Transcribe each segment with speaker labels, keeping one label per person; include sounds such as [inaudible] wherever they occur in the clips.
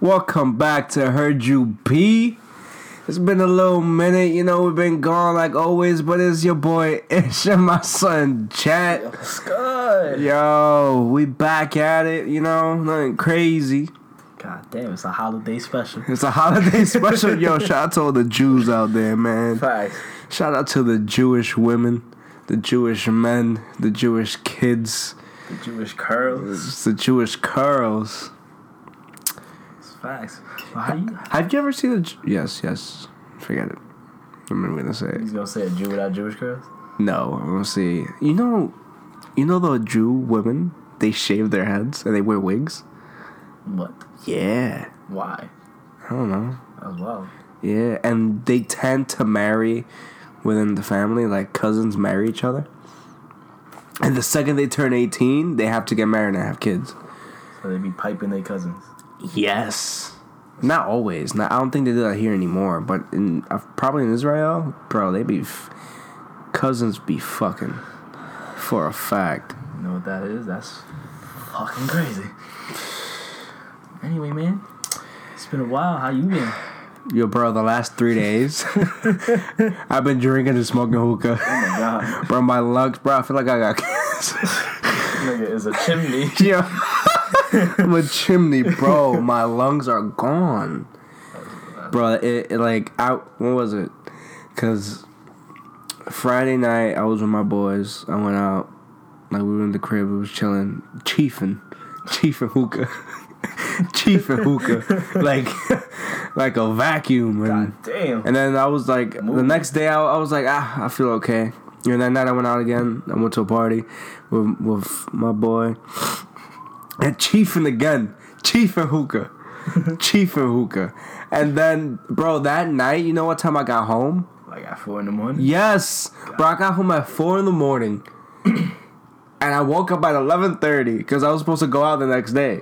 Speaker 1: Welcome back to Heard You P. It's been a little minute, you know, we've been gone like always, but it's your boy [laughs] Ish and my son Chat.
Speaker 2: Sky.
Speaker 1: Yo, we back at it, you know, nothing crazy.
Speaker 2: God damn, it's a holiday special.
Speaker 1: It's a holiday [laughs] special. Yo, shout out to all the Jews out there, man.
Speaker 2: Facts.
Speaker 1: Shout out to the Jewish women, the Jewish men, the Jewish kids,
Speaker 2: The Jewish curls.
Speaker 1: the Jewish curls.
Speaker 2: It's facts. Well, how you?
Speaker 1: Have you ever seen a Ju- yes, yes. Forget it. I'm not gonna say it.
Speaker 2: He's gonna say a Jew without Jewish curls?
Speaker 1: No, I'm gonna say you know, you know the Jew women they shave their heads and they wear wigs.
Speaker 2: What?
Speaker 1: Yeah,
Speaker 2: Why?
Speaker 1: I don't know.
Speaker 2: As well.
Speaker 1: Yeah, and they tend to marry within the family. Like cousins marry each other, and the second they turn 18, they have to get married and have kids.
Speaker 2: So they be piping their cousins.
Speaker 1: Yes. Not always. Not, I don't think they do that here anymore. But in uh, probably in Israel, bro, they be f- cousins be fucking for a fact.
Speaker 2: You know what that is? That's fucking crazy. Anyway, man. It's been a while. How you been?
Speaker 1: Yo, bro, the last three days, [laughs] I've been drinking and smoking hookah.
Speaker 2: Oh my god.
Speaker 1: Bro, my lungs, bro, I feel like I got cancer. [laughs]
Speaker 2: Nigga is a chimney.
Speaker 1: Yo, I'm a chimney, bro. My lungs are gone, bro. It, it like I what was it? Cause Friday night I was with my boys. I went out, like we were in the crib. We was chilling, chiefing, chiefing hookah, [laughs] chiefing hookah, like [laughs] like a vacuum. And,
Speaker 2: God damn.
Speaker 1: and then I was like, the next day I, I was like, ah, I feel okay. And that night I went out again. I went to a party with, with my boy. And chiefing again. Chiefing hookah. chiefing hookah. And then, bro, that night, you know what time I got home?
Speaker 2: Like at four in the morning.
Speaker 1: Yes, bro. I got home at four in the morning, and I woke up at eleven thirty because I was supposed to go out the next day.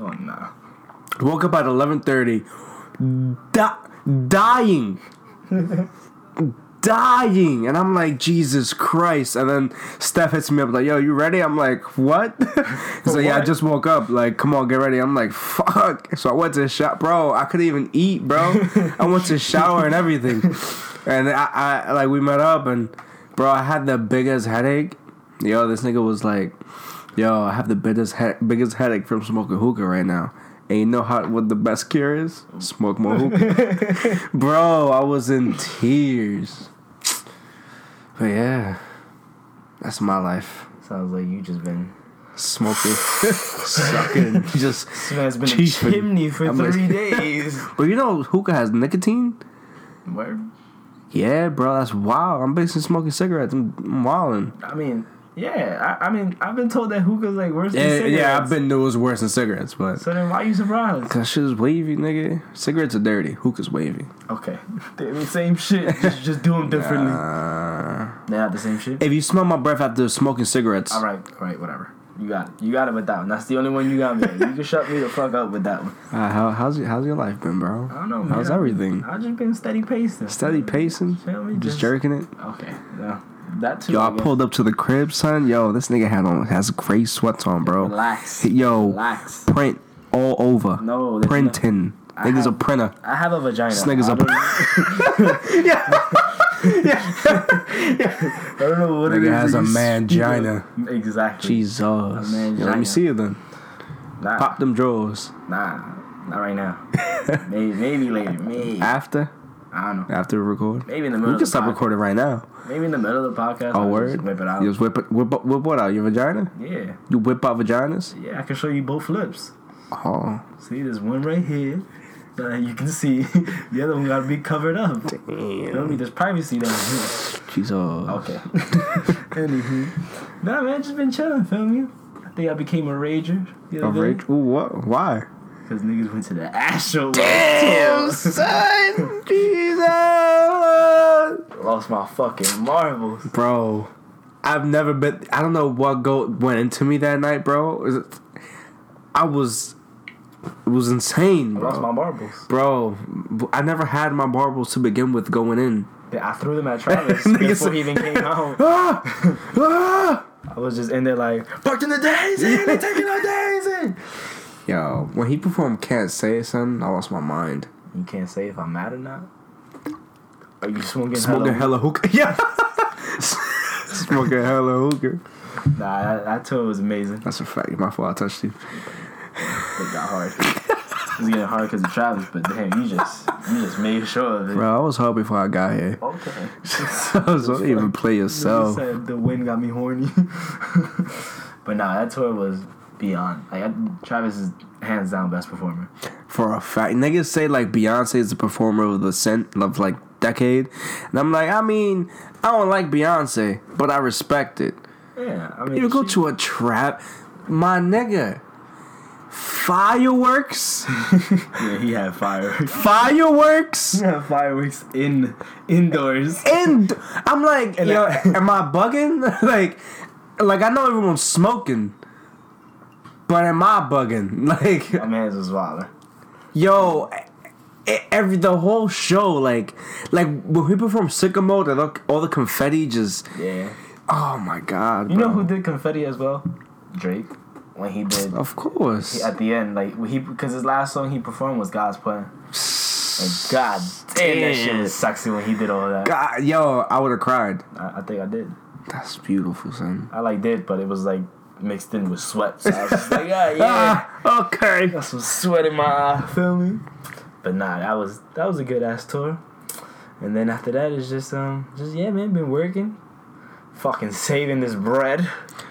Speaker 2: Oh nah.
Speaker 1: Woke up at eleven thirty, di- dying, dying, and I'm like Jesus Christ. And then Steph hits me up like, "Yo, you ready?" I'm like, "What?" [laughs] He's like, "Yeah, I
Speaker 2: What?
Speaker 1: just woke up. Like, come on, get ready." I'm like, "Fuck!" So I went to the shop, bro. I couldn't even eat, bro. I went to shower and everything, and I, I like we met up and bro, I had the biggest headache. Yo, this nigga was like. Yo, I have the biggest he- biggest headache from smoking hookah right now. And you know how what the best cure is? Smoke more hookah. Bro, I was in tears. But yeah, that's my life.
Speaker 2: Sounds like you just been.
Speaker 1: Smoking, [laughs] sucking, just.
Speaker 2: This man's been
Speaker 1: Chiefing.
Speaker 2: a chimney for
Speaker 1: I'm like-
Speaker 2: three days.
Speaker 1: But you know, hookah has nicotine.
Speaker 2: Word.
Speaker 1: Yeah, bro, that's wild. I'm basically smoking cigarettes. I'm, I'm wilding.
Speaker 2: I mean, yeah. I, I mean, I've been told that hookah's like worse than
Speaker 1: Yeah,
Speaker 2: cigarettes.
Speaker 1: yeah, I've been knew it was worse than cigarettes, but
Speaker 2: So then, why you surprised?
Speaker 1: that shit is wavy, nigga. Cigarettes are dirty. Hookah's wavy.
Speaker 2: Okay, [laughs] they the same shit. Just, just do them differently.
Speaker 1: Uh,
Speaker 2: They not the same shit.
Speaker 1: If you smell my breath after smoking cigarettes,
Speaker 2: All right, all right, whatever. You got it. You got it with that one. That's the only one you got me. You can shut me the fuck up with that one.
Speaker 1: uh, how, how's your, how's your life been, bro?
Speaker 2: I don't know.
Speaker 1: How's
Speaker 2: man.
Speaker 1: everything?
Speaker 2: I just been steady pacing.
Speaker 1: Steady pacing,
Speaker 2: Feel me?
Speaker 1: just, jerking it.
Speaker 2: Okay. No, that too.
Speaker 1: Yo, I
Speaker 2: guess.
Speaker 1: pulled up to the crib, son. Yo, this nigga had on has gray sweats on, bro.
Speaker 2: Relax.
Speaker 1: Yo,
Speaker 2: Relax.
Speaker 1: print all over.
Speaker 2: No, there's
Speaker 1: printing.
Speaker 2: I
Speaker 1: Niggas a
Speaker 2: have-
Speaker 1: printer.
Speaker 2: I have a vagina.
Speaker 1: This nigga's
Speaker 2: I
Speaker 1: a.
Speaker 2: don't,
Speaker 1: [laughs]
Speaker 2: I don't know what it
Speaker 1: Nigga
Speaker 2: is.
Speaker 1: has
Speaker 2: that
Speaker 1: a
Speaker 2: you speak of.
Speaker 1: mangina.
Speaker 2: Exactly.
Speaker 1: Jesus.
Speaker 2: man,
Speaker 1: Yo, let me
Speaker 2: vagina.
Speaker 1: see it then.
Speaker 2: Nah,
Speaker 1: Pop them drawers.
Speaker 2: nah, not
Speaker 1: [laughs]
Speaker 2: right now. maybe, maybe later. Maybe. I
Speaker 1: After,
Speaker 2: don't know.
Speaker 1: after we record.
Speaker 2: Maybe in the middle.
Speaker 1: We
Speaker 2: of
Speaker 1: can
Speaker 2: the
Speaker 1: stop
Speaker 2: pod-
Speaker 1: recording right now.
Speaker 2: Maybe in the middle of the podcast.
Speaker 1: A
Speaker 2: I'll
Speaker 1: word.
Speaker 2: Just whip it out.
Speaker 1: You just whip it. Whip, whip what out? Your vagina?
Speaker 2: Yeah.
Speaker 1: You whip out vaginas?
Speaker 2: Yeah, I can show you both flips.
Speaker 1: Oh.
Speaker 2: See, there's one right here that you can see. [laughs] the other one gotta be covered up. Damn. You know
Speaker 1: Damn.
Speaker 2: me? There's privacy down here.
Speaker 1: Jesus.
Speaker 2: Okay. [laughs] Anywho. Nah, man, just been chilling, feel me? I think I became a rager the
Speaker 1: A
Speaker 2: other
Speaker 1: rich? Ooh, what? Why?
Speaker 2: Because niggas went to the Astro. [laughs]
Speaker 1: son, [laughs] Jesus,
Speaker 2: Lost my fucking marbles.
Speaker 1: bro. I've never been. I don't know what go went into me that night, bro. Is it- I was, it was insane,
Speaker 2: I lost
Speaker 1: bro.
Speaker 2: my marbles.
Speaker 1: Bro, I never had my marbles to begin with going in.
Speaker 2: Yeah, I threw them [laughs] at Travis
Speaker 1: Niggas-
Speaker 2: before he even came [laughs] home.
Speaker 1: Ah! ah! [laughs]
Speaker 2: I was just in there like, parked in the days, and they taking our days in.
Speaker 1: Yo, when he performed "Can't Say It," son, I lost my mind.
Speaker 2: You can't say if I'm mad or not. Are you smoking?
Speaker 1: Smoking hella
Speaker 2: hella-
Speaker 1: hookah. Yeah. [laughs] Smoking hella hookah.
Speaker 2: Nah, that, that tour was amazing.
Speaker 1: That's a fact. My fault. I touched you.
Speaker 2: It got hard. it was getting hard because of Travis, but damn, you just you just made sure of it.
Speaker 1: Bro, I was home before I got here.
Speaker 2: Okay.
Speaker 1: [laughs] so don't even play
Speaker 2: You
Speaker 1: yourself.
Speaker 2: said the wind got me horny. [laughs] but nah, that tour was beyond. Like I, Travis is hands down best performer.
Speaker 1: For a fact. Niggas say like Beyonce is the performer of the cent of like decade. And I'm like, I mean, I don't like Beyonce, but I respect it.
Speaker 2: Yeah, I mean,
Speaker 1: You go
Speaker 2: she-
Speaker 1: to a trap, my nigga.
Speaker 2: [laughs]
Speaker 1: Fireworks?
Speaker 2: Yeah, he had fireworks.
Speaker 1: Fireworks?
Speaker 2: [laughs] he had fireworks in indoors.
Speaker 1: And I'm like,
Speaker 2: And
Speaker 1: yo,
Speaker 2: I-
Speaker 1: am I bugging? [laughs] like, like I know everyone's smoking, but am I bugging? [laughs] Like,
Speaker 2: My man's was wild.
Speaker 1: Yo, e- every the whole show, like, like when we perform Sycamore, that all, all the confetti just,
Speaker 2: Yeah.
Speaker 1: oh my god,
Speaker 2: You know
Speaker 1: bro.
Speaker 2: who did confetti as well? Drake. When he did
Speaker 1: Of course,
Speaker 2: at the end, like he because his last song he performed was God's Plan. And God damn, that shit was sexy when he did all that.
Speaker 1: God, yo, I would have cried.
Speaker 2: I, I think I did.
Speaker 1: That's beautiful, son.
Speaker 2: I like did, but it was like mixed in with sweat. So I was
Speaker 1: [laughs]
Speaker 2: just like, ah, yeah,
Speaker 1: Ah, okay.
Speaker 2: got some sweat in my eye. Feel me? But nah, that was that was a good ass tour. And then after that, it's just um, just yeah, man, been working, fucking saving this bread,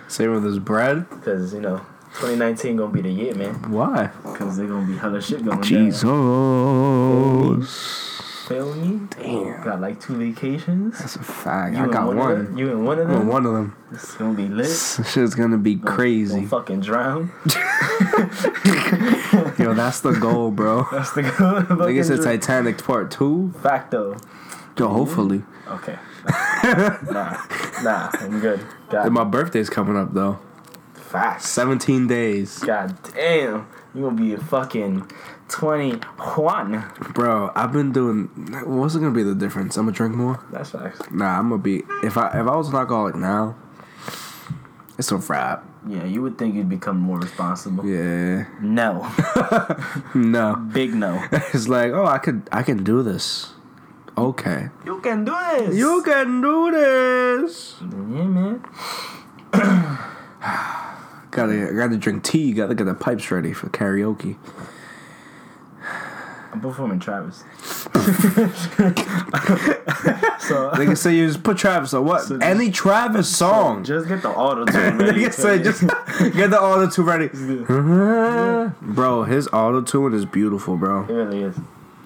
Speaker 1: Same with this bread.
Speaker 2: cause you know, 2019 gonna be the year, man,
Speaker 1: Why?
Speaker 2: cause there gonna be hella shit going down.
Speaker 1: Jesus.
Speaker 2: Feel me?
Speaker 1: Damn.
Speaker 2: Got like two vacations.
Speaker 1: That's a fact.
Speaker 2: in
Speaker 1: I got
Speaker 2: of Eh? them-
Speaker 1: one.
Speaker 2: You in one of
Speaker 1: I'm
Speaker 2: them?
Speaker 1: in one of them.
Speaker 2: It's gonna be lit.
Speaker 1: This shit's gonna be
Speaker 2: Gonna
Speaker 1: crazy.
Speaker 2: fucking drown. [laughs]
Speaker 1: Yo, that's the goal,
Speaker 2: [laughs]
Speaker 1: bro.
Speaker 2: That's the good.
Speaker 1: I guess it's
Speaker 2: fucking
Speaker 1: Titanic Part Two.
Speaker 2: dr- facto.
Speaker 1: Yo, hopefully.
Speaker 2: [laughs] Okay. nah, nah, I'm good. God,
Speaker 1: And my birthday's coming up though.
Speaker 2: facts.
Speaker 1: 17 days.
Speaker 2: God damn, you gonna be a fucking twenty one.
Speaker 1: Bro, I've been doing what's it gonna be the difference? I'm gonna drink more?
Speaker 2: That's facts.
Speaker 1: Nah, I'm gonna be if I if I was an alcoholic now, it's a wrap.
Speaker 2: Yeah, you would think you'd become more responsible.
Speaker 1: Yeah.
Speaker 2: No, [laughs]
Speaker 1: No. [laughs]
Speaker 2: big no.
Speaker 1: It's like, oh I could I can do this. Okay.
Speaker 2: [laughs] you can do this.
Speaker 1: You can do this.
Speaker 2: yeah, man.
Speaker 1: Gotta gotta drink tea, gotta get the pipes ready for karaoke.
Speaker 2: I'm performing Travis. [laughs] so
Speaker 1: They can say you just put Travis or what?
Speaker 2: So just-
Speaker 1: Any Travis
Speaker 2: [laughs]
Speaker 1: song.
Speaker 2: just get the auto tune
Speaker 1: They
Speaker 2: [laughs] ready.
Speaker 1: can say just [laughs] get the auto tune ready.
Speaker 2: it
Speaker 1: Bro, his auto tune is beautiful, bro.
Speaker 2: really is.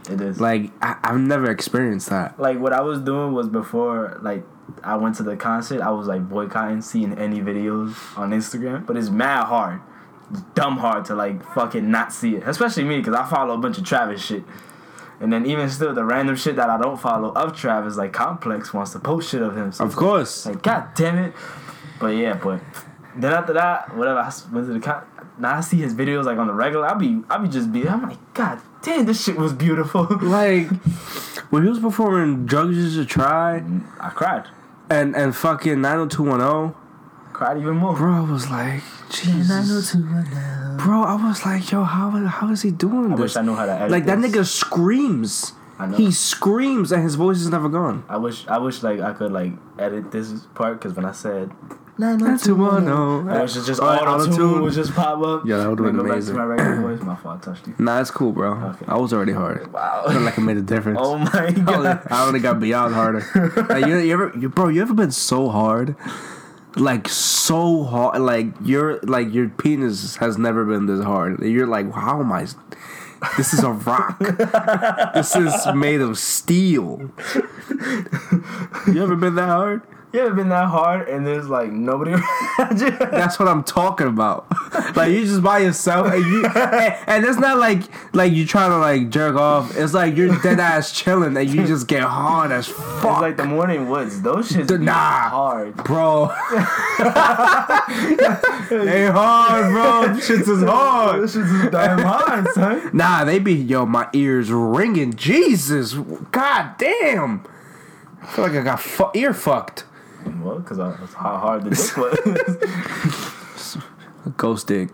Speaker 2: It is.
Speaker 1: Like I, I've never experienced that.
Speaker 2: like what I was doing was before like I went to the concert, I was like boycotting seeing any videos on Instagram, but it's mad hard. It's dumb hard to like fucking not see it, especially me because I follow a bunch of Travis shit. And then even still, the random shit that I don't follow of Travis, like Complex wants to post shit of him. So
Speaker 1: Of course.
Speaker 2: like, God damn it. But yeah, but then after that, whatever. I s- went to the con- now I see his videos like on the regular. I be I be just be. I'm like, God damn, this shit was beautiful. [laughs]
Speaker 1: Like when he was performing Drugs Is a Try
Speaker 2: I cried,
Speaker 1: and and fucking 90210,
Speaker 2: cried even more.
Speaker 1: bro, I was like,
Speaker 2: oh
Speaker 1: Jesus. Bro, I was like, yo, how how is he doing
Speaker 2: I
Speaker 1: this?
Speaker 2: wish I knew how to edit.
Speaker 1: like that
Speaker 2: this.
Speaker 1: nigga screams.
Speaker 2: I know.
Speaker 1: He screams and his voice is never gone.
Speaker 2: I wish. I wish like I could like edit this part because when I said. I
Speaker 1: 90210.
Speaker 2: wish it's just
Speaker 1: Oh,
Speaker 2: auto
Speaker 1: auto-tune.
Speaker 2: tune would just pop up.
Speaker 1: Yeah, that would've been
Speaker 2: Go back to
Speaker 1: amazing.
Speaker 2: My regular voice. My fault,
Speaker 1: [laughs]
Speaker 2: I touched you.
Speaker 1: Nah, it's cool, bro.
Speaker 2: Okay.
Speaker 1: I was already hard. I
Speaker 2: Wow.
Speaker 1: feel like it made a difference. [laughs]
Speaker 2: [laughs] oh my
Speaker 1: I only,
Speaker 2: god.
Speaker 1: I only got beyond harder. Like you, you ever, you, bro? You ever been so hard? Like so hard. Like your like your penis has never been this hard. You're like, how am I? This is a rock. this is made of steel. You ever been that hard?
Speaker 2: You ever been that hard and there's like nobody [laughs] around you?
Speaker 1: That's what I'm talking about. Like you just by yourself, and you, and, and it's not like like you trying to like jerk off. It's like you're dead ass chilling, and you just get hard as
Speaker 2: It's
Speaker 1: fuck.
Speaker 2: like the morning woods. Those shits be
Speaker 1: Nah. [laughs]
Speaker 2: hard.
Speaker 1: Bro. they hard, bro. Them Shits is hard.
Speaker 2: shit's is damn [laughs] hard, son.
Speaker 1: Nah, they be yo. My ears ringing. Jesus, god damn. I feel like I got fu- ear fucked.
Speaker 2: Well, because that's how hard the dick was.
Speaker 1: Ghost dick.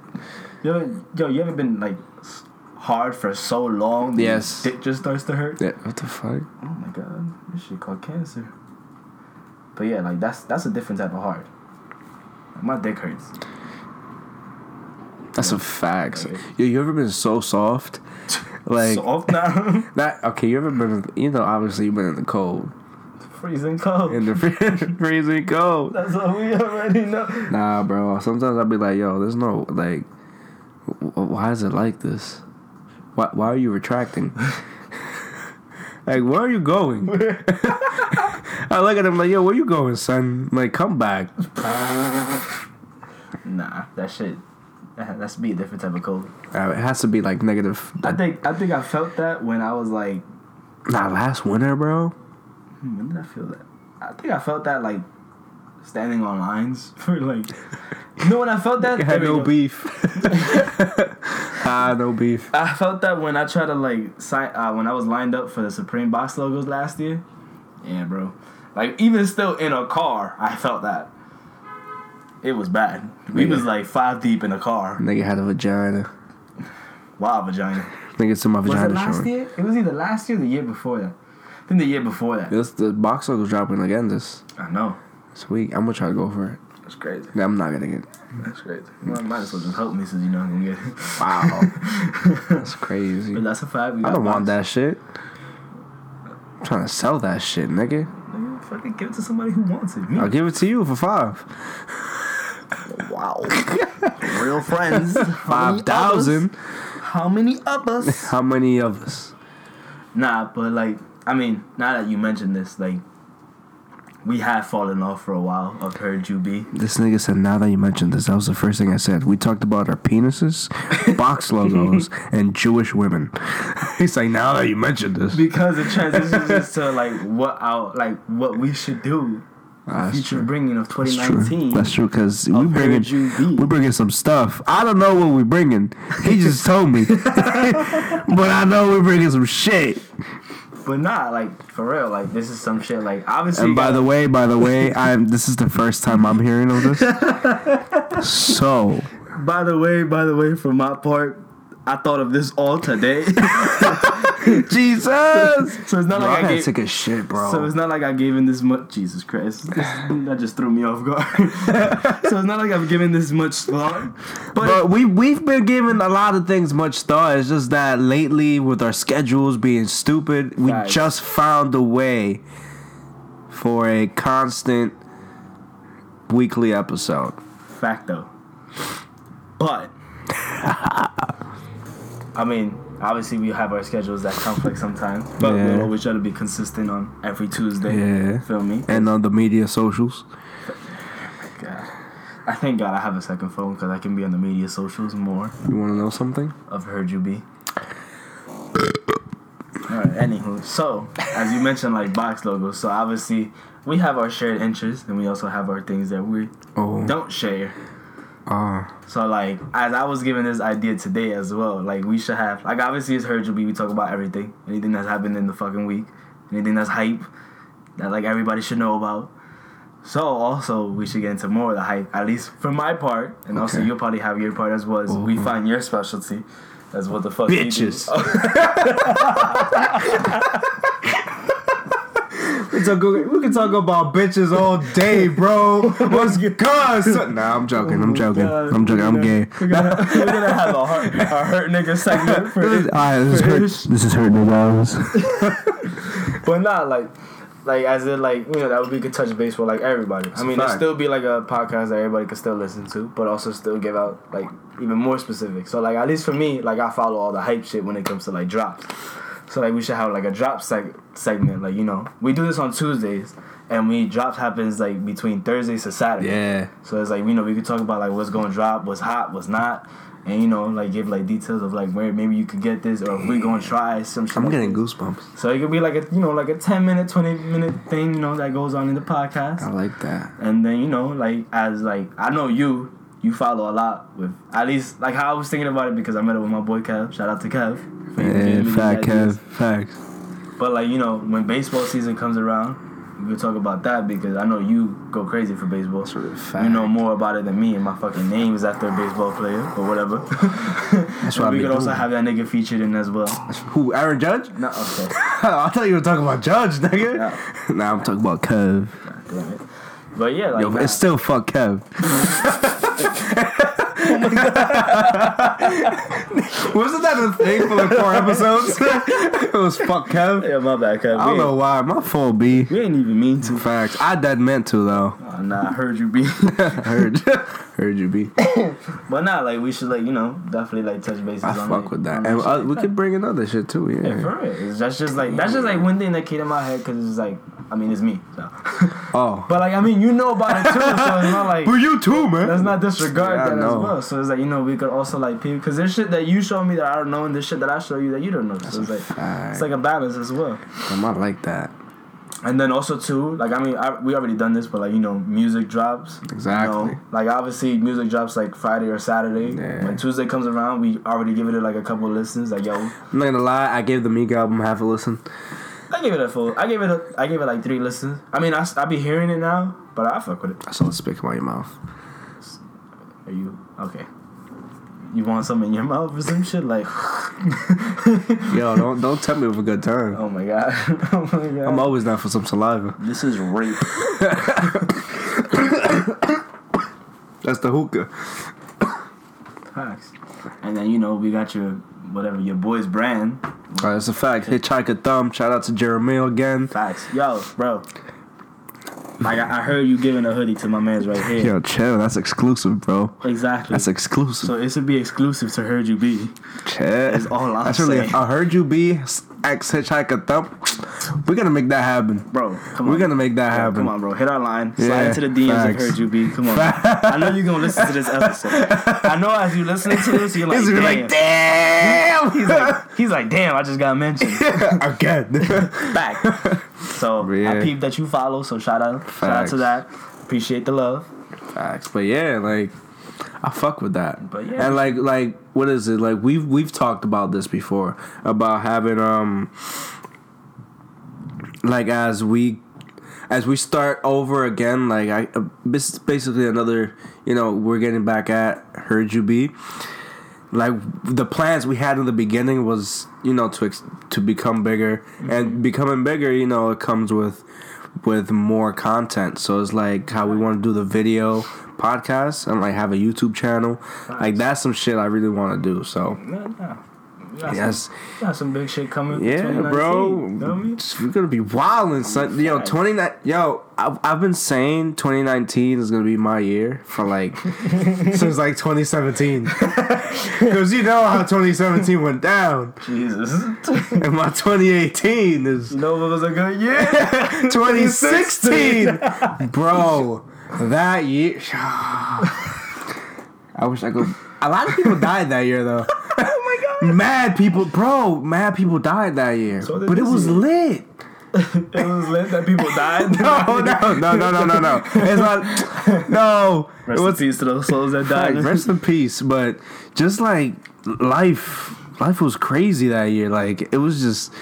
Speaker 2: Yo, yo, [laughs] you ever been like s- hard for so long? that your
Speaker 1: Yes.
Speaker 2: Dick just starts to hurt.
Speaker 1: Yeah, what the fuck?
Speaker 2: Oh my god, this shit called cancer. But yeah, like that's that's a different type of hard. My dick hurts.
Speaker 1: That's a fact.
Speaker 2: Okay.
Speaker 1: Yo, you ever been so soft? Like [laughs]
Speaker 2: Soft now.
Speaker 1: that? Okay, you ever been? You know, obviously you've been in the cold,
Speaker 2: Freezing cold.
Speaker 1: in the [laughs] fr- freezing cold.
Speaker 2: that's what we already know.
Speaker 1: Nah, bro. Sometimes I'll be like, yo, there's no like, w- w- why is it like this? Why why are you
Speaker 2: [laughs]
Speaker 1: retracting? like, where are you going? [laughs] I look at him like, yo, where you going, son? like, come back.
Speaker 2: Nah, that shit. that- That's be a different type of cold.
Speaker 1: Uh, it has to be like negative.
Speaker 2: I think I think I felt that when I was like,
Speaker 1: Nah, last winter,
Speaker 2: [laughs]
Speaker 1: bro.
Speaker 2: hmm, when did I feel that? I think I felt that like standing on lines [laughs] for like. You know when I
Speaker 1: [laughs]
Speaker 2: felt that?
Speaker 1: I had
Speaker 2: There
Speaker 1: no
Speaker 2: we go.
Speaker 1: beef.
Speaker 2: [laughs]
Speaker 1: [laughs] ah, no beef.
Speaker 2: I felt that when I tried to like sign uh, when I was lined up for the Supreme box logos last year. Yeah, bro. Like even still in a car, I felt that. It was bad. We was like five deep in a car.
Speaker 1: Nigga had a vagina.
Speaker 2: Wow, vagina.
Speaker 1: Nigga took my
Speaker 2: Was it
Speaker 1: vagina
Speaker 2: last
Speaker 1: showing.
Speaker 2: year? It was either last year or the year before that. I think the year before that.
Speaker 1: This the box logo's dropping again this
Speaker 2: I know.
Speaker 1: this week. I'm gonna try to go for it.
Speaker 2: That's crazy.
Speaker 1: Nah, I'm not gonna get.
Speaker 2: That's crazy. Well, might as well just help me since you know I'm gonna get it.
Speaker 1: [laughs] Wow, that's crazy.
Speaker 2: But that's a five.
Speaker 1: I don't want that shit. I'm trying to sell that shit, nigga.
Speaker 2: Nigga, fucking give it to somebody who wants it. Me.
Speaker 1: I'll give it to you for five.
Speaker 2: Wow. Real friends. How many
Speaker 1: Five thousand. [laughs]
Speaker 2: others? [laughs] How many of us?
Speaker 1: How many of us?
Speaker 2: Nah, but like, I mean, now that you mentioned this, like, we have fallen off for a while. I've heard you be.
Speaker 1: This nigga said, now that you mentioned this, that was the first thing I said. We talked about our [laughs] penises, box logos, and Jewish women. [laughs] He's like, now that you mentioned this.
Speaker 2: Because it transitions us to like what our like what we should do.
Speaker 1: Ah, that's
Speaker 2: future
Speaker 1: true.
Speaker 2: bringing of
Speaker 1: That's true.
Speaker 2: 2019.
Speaker 1: That's true, because we
Speaker 2: I've
Speaker 1: bringing
Speaker 2: heard you be.
Speaker 1: we bringing some stuff. I don't know what we're bringing. He just told [laughs] me, but I know we're bringing some shit.
Speaker 2: But nah, like for real, like this is some shit. Like obviously,
Speaker 1: And by the way, by the way, I'm. This is the first time I'm hearing of this. So
Speaker 2: by the way, by the way, for my part, I thought of this all today. [laughs]
Speaker 1: Jesus, bro,
Speaker 2: so it's not
Speaker 1: I
Speaker 2: like I
Speaker 1: gotta
Speaker 2: gave,
Speaker 1: take a shit, bro.
Speaker 2: So it's not like I've given this much. Jesus Christ, this, that just threw me off guard. [laughs] so it's not like I've given this much thought. But
Speaker 1: But we we've been giving a lot of things much thought. It's just that lately, with our schedules being stupid, we
Speaker 2: Facts.
Speaker 1: just found a way for a constant weekly episode.
Speaker 2: fact though. But I mean, obviously we have our schedules that conflict sometimes, but
Speaker 1: Yeah.
Speaker 2: we'll always try to be consistent on every Tuesday.
Speaker 1: Yeah.
Speaker 2: Feel me?
Speaker 1: And on the media socials,
Speaker 2: God. I thank God I have a second phone because I can be on the media socials more.
Speaker 1: you want to know something?
Speaker 2: I've heard you be. Alright, anywho, so as you mentioned, like box logos. So obviously, we have our shared interests, and we also have our things that we
Speaker 1: Oh,
Speaker 2: don't share.
Speaker 1: uh,
Speaker 2: So like, as I was given this idea today as well, like we should have like obviously it's heard you be we talk about everything, anything that's happened in the fucking week, anything that's hype, that like everybody should know about. So also we should get into more of the hype, at least for my part, and also
Speaker 1: Okay.
Speaker 2: you'll probably have your part as well. As we find your specialty. That's what the fuck you do. [laughs]
Speaker 1: bitches. [laughs] We talk- We can talk about bitches all day, bro. [laughs] What's good? son? Nah, I'm joking. I'm joking.
Speaker 2: God.
Speaker 1: I'm joking. I'm gay.
Speaker 2: We're gonna, we're gonna have a hurt, a hurt
Speaker 1: [laughs]
Speaker 2: nigga segment for
Speaker 1: This
Speaker 2: this.
Speaker 1: is, all [laughs] right, this is
Speaker 2: Fish.
Speaker 1: hurt. This is hurting the hours.
Speaker 2: But not like, like as in like you know that we could touch base with like everybody. I mean,
Speaker 1: fact.
Speaker 2: it'd still be like a podcast that everybody could still listen to, but also still give out like even more specific. So like at least for me, like I follow all the hype shit when it comes to like drops. So like we should have like a drop seg- segment. Like you know we do this on Tuesdays, and we drops happens like between Thursdays to Saturday.
Speaker 1: Yeah.
Speaker 2: So it's like you know we could talk about like what's going to drop, what's hot, what's not, and you know like give like details of like where maybe you could get this or if we're going to try some. Shit
Speaker 1: I'm
Speaker 2: like
Speaker 1: getting
Speaker 2: this.
Speaker 1: goosebumps.
Speaker 2: So it could be like a you know like a ten minute, twenty minute thing you know that goes on in the
Speaker 1: I
Speaker 2: podcast,
Speaker 1: like that.
Speaker 2: and then you know like as like I know you. You follow a lot with at least like how I was thinking about it because I met up with my boy Kev. Shout out to Kev. for giving me
Speaker 1: Yeah,
Speaker 2: these
Speaker 1: fact,
Speaker 2: ideas.
Speaker 1: Kev. Facts.
Speaker 2: But like you know, when baseball season comes around, we could talk about that because I know you go crazy for baseball.
Speaker 1: That's a fact.
Speaker 2: You know more about it than me, and my fucking name is after a baseball player or whatever. [laughs]
Speaker 1: That's
Speaker 2: And
Speaker 1: what I
Speaker 2: we
Speaker 1: be
Speaker 2: could also
Speaker 1: doing.
Speaker 2: have that nigga featured in as well.
Speaker 1: Who? Aaron Judge? [laughs]
Speaker 2: No, okay,
Speaker 1: I thought you were talking about Judge, nigga.
Speaker 2: Yeah.
Speaker 1: Nah, I'm talking about Kev.
Speaker 2: damn it. But yeah, like
Speaker 1: Yo,
Speaker 2: nah.
Speaker 1: it's still fuck Kev. [laughs] Wasn't that a thing for like four episodes? [laughs] it was fuck Kev.
Speaker 2: yeah, my bad. Cause
Speaker 1: I
Speaker 2: we,
Speaker 1: don't know
Speaker 2: ain't-
Speaker 1: why. My phone B.
Speaker 2: we ain't even mean to.
Speaker 1: Facts. I that meant to though. [laughs]
Speaker 2: Oh, nah, I heard you be. [laughs]
Speaker 1: Heard, heard you be.
Speaker 2: but nah, like we should like you know definitely like touch bases.
Speaker 1: I
Speaker 2: on
Speaker 1: fuck
Speaker 2: it,
Speaker 1: with that,
Speaker 2: on
Speaker 1: and
Speaker 2: shit
Speaker 1: uh,
Speaker 2: like
Speaker 1: we
Speaker 2: that.
Speaker 1: could bring another shit too.
Speaker 2: Yeah,
Speaker 1: Yeah.
Speaker 2: for real. It's- That's just like that's just like one thing that came to my head because it's like I mean it's me. So.
Speaker 1: Oh,
Speaker 2: but like I mean you know about it too, so it's
Speaker 1: [laughs]
Speaker 2: not like
Speaker 1: but you too, man.
Speaker 2: let's not disregard
Speaker 1: Yeah, I
Speaker 2: that as
Speaker 1: know.
Speaker 2: well. So it's like you know we could also like because there's shit that you show me that I don't know and there's shit that I show you that you don't know. So it's like
Speaker 1: Alright,
Speaker 2: it's like a balance as well.
Speaker 1: I'm not like that.
Speaker 2: And then also too, like I mean, I, we already done this, but like you know, music drops. you
Speaker 1: Exactly.
Speaker 2: know. like obviously, music drops like Friday or Saturday.
Speaker 1: Yeah.
Speaker 2: When Tuesday comes around, we already give it like a couple of listens. Like yo,
Speaker 1: I'm not gonna lie. I gave the Meek album half a listen.
Speaker 2: I gave it a full. I gave it. A, I gave it like three listens. I mean, I, s- I be hearing it now, but I fuck with it.
Speaker 1: I saw the spit come out your mouth.
Speaker 2: Are you okay? You want something in your mouth or some shit? Like, [laughs]
Speaker 1: Yo, don't don't tempt me with a good time.
Speaker 2: oh my god, [laughs] oh my god.
Speaker 1: I'm always down for some saliva.
Speaker 2: this is rape.
Speaker 1: That's the hookah.
Speaker 2: Facts. And then you know we got your whatever your boy's brand.
Speaker 1: Uh, that's a fact. Hitchhiker Thumb. Shout out to Jeremiah again.
Speaker 2: Facts. Yo, bro. Like I, I heard you giving a hoodie to my man's right here.
Speaker 1: Yo, chill. That's exclusive, bro.
Speaker 2: Exactly.
Speaker 1: That's exclusive.
Speaker 2: so it should be exclusive to Heard You Be.
Speaker 1: chill.
Speaker 2: That's all I'm
Speaker 1: That's really.
Speaker 2: saying.
Speaker 1: I heard you be s- ex Hitchhiker Thumb. We're gonna make that happen.
Speaker 2: Bro, come on.
Speaker 1: We're gonna make that
Speaker 2: Bro,
Speaker 1: happen.
Speaker 2: Come on, bro. Hit our line. Slide
Speaker 1: Yeah,
Speaker 2: into the DMs
Speaker 1: facts.
Speaker 2: of Heard You Be. Come on. I know you're gonna listen to this episode. I know as you listening to this, you're like,
Speaker 1: [laughs] He's
Speaker 2: damn.
Speaker 1: gonna be like, damn.
Speaker 2: He's like, he's like, damn, I just got mentioned.
Speaker 1: [laughs] again.
Speaker 2: Back. So
Speaker 1: Yeah.
Speaker 2: I peeped that you follow, so shout out. Shout out
Speaker 1: Facts.
Speaker 2: to that. Appreciate the love.
Speaker 1: Facts, but yeah, like I fuck with that.
Speaker 2: But yeah.
Speaker 1: and like like what is it? Like we've we've talked about this before about having um like as we as we start over again. Like I uh, this is basically another you know we're getting back at heard you be. Like the plans we had in the beginning was you know to ex- to become bigger and becoming bigger you know it comes with with more content. So it's like how we want to do the video podcast and like have a YouTube channel. Like that's some shit I really want to do. So
Speaker 2: Yeah, yeah. We got some-
Speaker 1: yes,
Speaker 2: we got some big shit coming. for
Speaker 1: yeah,
Speaker 2: 2019,
Speaker 1: bro,
Speaker 2: you know what I mean?
Speaker 1: we're gonna be wilding. Son. Yo,
Speaker 2: Facts.
Speaker 1: twenty nine. Yo, I've, I've been saying twenty nineteen is gonna be my year for
Speaker 2: [laughs]
Speaker 1: like since like twenty seventeen. Because you know how twenty seventeen went down, [laughs]
Speaker 2: Jesus.
Speaker 1: and my twenty eighteen is
Speaker 2: you know what was a good
Speaker 1: [laughs]
Speaker 2: year?
Speaker 1: 2016. Bro, that year. [sighs] I wish I could. A lot of people died that year, though.
Speaker 2: [laughs] oh my god.
Speaker 1: Mad people, bro. Mad people died that year,
Speaker 2: So did
Speaker 1: but it
Speaker 2: this
Speaker 1: was
Speaker 2: year.
Speaker 1: lit.
Speaker 2: It was lit that people died.
Speaker 1: [laughs] No, no, no, no, no, no, no. It's not. No, it
Speaker 2: Rest in
Speaker 1: was
Speaker 2: peace to those souls that died.
Speaker 1: like, rest in peace. But just like life, life was crazy that year. Like it was just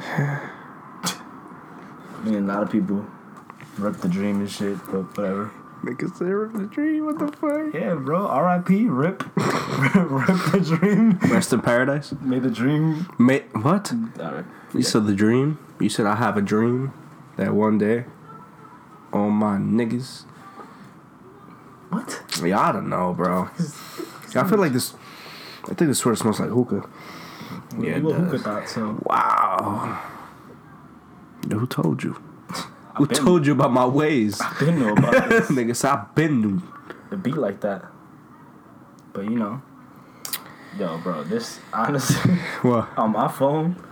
Speaker 2: I mean, a lot of people ripped the dream and shit, but whatever.
Speaker 1: make us the dream. What the fuck?
Speaker 2: Yeah, bro. R.I.P. Rip. [laughs] rip the dream.
Speaker 1: Rest in paradise.
Speaker 2: Made the dream.
Speaker 1: Ma- what?
Speaker 2: Alright.
Speaker 1: You said the dream. You said I have a dream that one day, all my niggas.
Speaker 2: What?
Speaker 1: Yeah, I don't know, [laughs] bro. I feel like this. I think this sort of smells like hookah. Yeah, it
Speaker 2: People who
Speaker 1: does.
Speaker 2: could thought so.
Speaker 1: Wow. Yo, Who told you? Who
Speaker 2: been-
Speaker 1: told you about my ways? [laughs]
Speaker 2: Didn't know about [laughs] this.
Speaker 1: Niggas, I've been to.
Speaker 2: to be like that. But you know. Yo, bro, this honestly [laughs]
Speaker 1: Well,
Speaker 2: on my phone.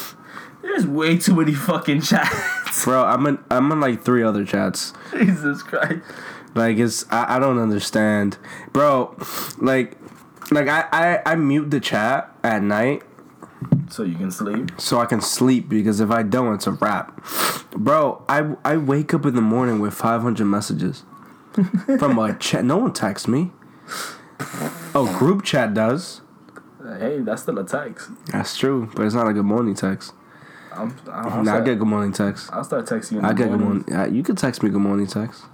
Speaker 2: [laughs] There's way too many fucking chats.
Speaker 1: bro, I'm in. I'm in like three other chats.
Speaker 2: [laughs] Jesus Christ.
Speaker 1: Like it's I, I don't understand. Bro, like like I, I, I mute the chat at night
Speaker 2: So you can sleep.
Speaker 1: so I can sleep because if I don't, it's a wrap. Bro, I, I wake up in the morning with 500 messages from a chat. No one texts me. Oh, group chat does.
Speaker 2: Hey, that's still a text.
Speaker 1: That's true, but it's not a good morning text.
Speaker 2: I'm, I'll,
Speaker 1: Nah, I
Speaker 2: start,
Speaker 1: get good morning text.
Speaker 2: I'll start texting you. in
Speaker 1: I
Speaker 2: the
Speaker 1: get good
Speaker 2: morning.
Speaker 1: morning. Uh, you could text me good morning
Speaker 2: [laughs]
Speaker 1: text.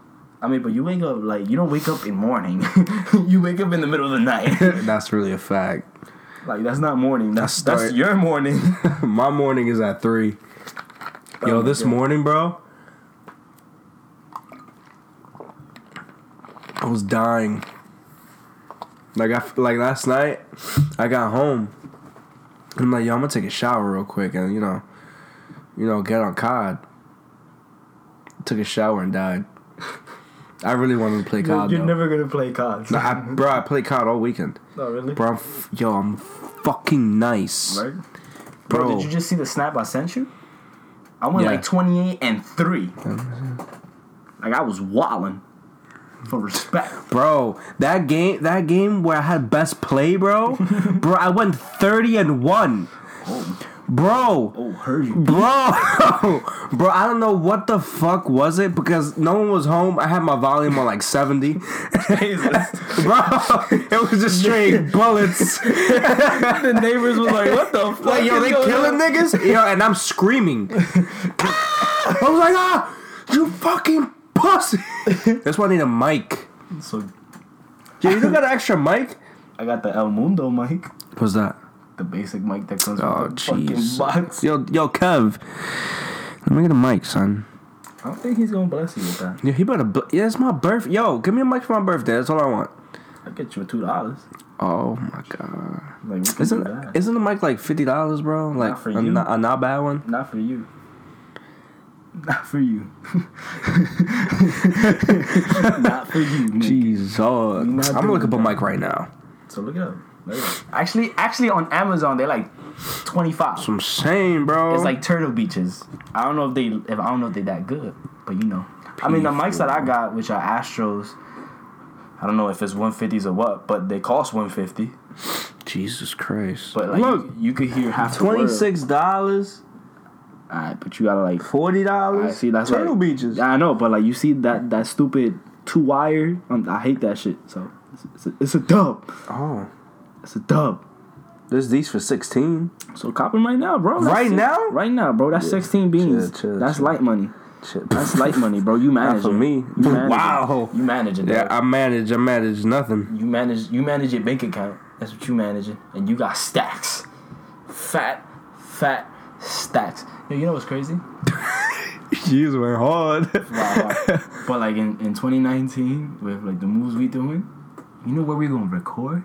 Speaker 2: I mean, but you wake up like you don't wake up in morning. [laughs] you wake up in the middle of the night. [laughs]
Speaker 1: That's really a fact. [laughs]
Speaker 2: like that's not morning. That's
Speaker 1: Start-
Speaker 2: that's your [laughs] morning.
Speaker 1: My morning is at three. Yo,
Speaker 2: Oh my
Speaker 1: this
Speaker 2: God.
Speaker 1: morning, bro, I was dying. Like I f- like last night, I got home. And I'm like, yo, I'm gonna take a shower real quick, and you know, you know, get on COD. Took a shower and died. [laughs] I really wanted to play
Speaker 2: [laughs] You're,
Speaker 1: COD.
Speaker 2: you're
Speaker 1: though.
Speaker 2: never gonna play cards.
Speaker 1: I, bro, I played COD all weekend.
Speaker 2: no, really.
Speaker 1: Bro, I'm f- yo, I'm fucking nice,
Speaker 2: Right?
Speaker 1: bro.
Speaker 2: Bro, did you just see the snap I sent you? I went
Speaker 1: Yeah.
Speaker 2: like 28 and 3. Like, I was wildin' for respect.
Speaker 1: Bro, that game, that game where I had best play,
Speaker 2: [laughs]
Speaker 1: bro, bro, I went thirty and one,
Speaker 2: Oh,
Speaker 1: bro,
Speaker 2: [laughs] oh hurry. [laughs]
Speaker 1: bro, bro. [laughs] I don't know what the fuck was it because no one was home. I had my volume on like seventy, [laughs]
Speaker 2: the
Speaker 1: bro. [laughs] It was just
Speaker 2: [laughs]
Speaker 1: straight bullets.
Speaker 2: neighbors was [laughs] like, what the fuck?
Speaker 1: Like yo,
Speaker 2: is
Speaker 1: they
Speaker 2: going
Speaker 1: killing
Speaker 2: on?
Speaker 1: niggas, [laughs] yo, and I'm [laughs] screaming. Ah! I was like, ah, you fucking pussy. That's why I need a mic.
Speaker 2: So,
Speaker 1: Yeah, you don't got an extra mic?
Speaker 2: I got the El Mundo mic,
Speaker 1: What's that?
Speaker 2: the basic mic that comes
Speaker 1: Oh,
Speaker 2: with the
Speaker 1: jeez.
Speaker 2: fucking box.
Speaker 1: Yo, yo, Kev. Let me get a mic, son.
Speaker 2: I don't think he's gonna bless you with that.
Speaker 1: Yeah, he better. Bu- yeah, it's my birth. Yo, give me a mic for my birthday. That's all I want.
Speaker 2: I'll get you a $2.
Speaker 1: Oh my god.
Speaker 2: Like, we can do
Speaker 1: Isn't
Speaker 2: that.
Speaker 1: isn't the mic like fifty dollars, bro? Like
Speaker 2: for
Speaker 1: a,
Speaker 2: you.
Speaker 1: not- a not bad one.
Speaker 2: Not for you. Not for
Speaker 1: [laughs]
Speaker 2: you. Not for you. nigga.
Speaker 1: Jesus, I'm
Speaker 2: not
Speaker 1: gonna
Speaker 2: doing
Speaker 1: look up a
Speaker 2: that.
Speaker 1: mic right now.
Speaker 2: So look it up. Look it up. Actually, actually on Amazon they're like twenty five.
Speaker 1: I'm saying, bro.
Speaker 2: It's like turtle beaches. I don't know if they if I don't know if they that good, but you know. I mean the mics that I got, which are Astros, I don't know if it's one fifties or what, but they cost one fifty.
Speaker 1: Jesus Christ.
Speaker 2: But like
Speaker 1: look,
Speaker 2: you, you could hear half
Speaker 1: twenty
Speaker 2: twenty six.
Speaker 1: six dollars,
Speaker 2: Alright, but you gotta like
Speaker 1: forty
Speaker 2: I
Speaker 1: dollars.
Speaker 2: see that's
Speaker 1: Turtle
Speaker 2: like,
Speaker 1: Beaches.
Speaker 2: I know, but like you see that that stupid two wire. Um, I hate that shit. So it's, it's, a, it's a dub.
Speaker 1: Oh,
Speaker 2: It's a dub.
Speaker 1: there's these for sixteen.
Speaker 2: So cop 'em right now, bro. That's
Speaker 1: Right now?
Speaker 2: Right now, bro. That's 16 beans.
Speaker 1: Chill, chill,
Speaker 2: That's
Speaker 1: chill.
Speaker 2: light money.
Speaker 1: Shit.
Speaker 2: That's light money, bro. You
Speaker 1: [laughs] Not
Speaker 2: manage
Speaker 1: for
Speaker 2: it.
Speaker 1: me.
Speaker 2: You manage
Speaker 1: Wow.
Speaker 2: It. You manage it.
Speaker 1: Yeah,
Speaker 2: dog.
Speaker 1: I manage. I manage nothing.
Speaker 2: you manage. You manage your bank account. That's what you managing, and you got stacks, fat, fat stacks. Yo, you know what's crazy?
Speaker 1: [laughs] Jeez, went hard.
Speaker 2: Wow. [laughs] but like in, in 2019, with like the moves we doing, you know where we gonna record?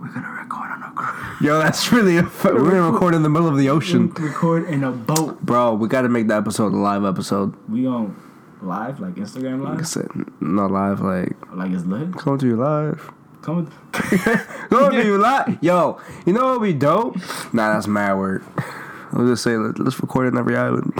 Speaker 2: We're gonna record on a cruise.
Speaker 1: Yo, that's really. A fu- We're gonna record in the middle of the
Speaker 2: Mm.
Speaker 1: ocean,
Speaker 2: Record in a boat.
Speaker 1: bro. We gotta make that episode a live episode.
Speaker 2: We on live, like Instagram
Speaker 1: Like I
Speaker 2: live,
Speaker 1: said, not live. Like,
Speaker 2: like it's lit.
Speaker 1: come to you live.
Speaker 2: Come with- [laughs]
Speaker 1: Come to you live. Yo, you know what we dope? Nah, that's mad [laughs] word. I'll just say let, let's record in every island.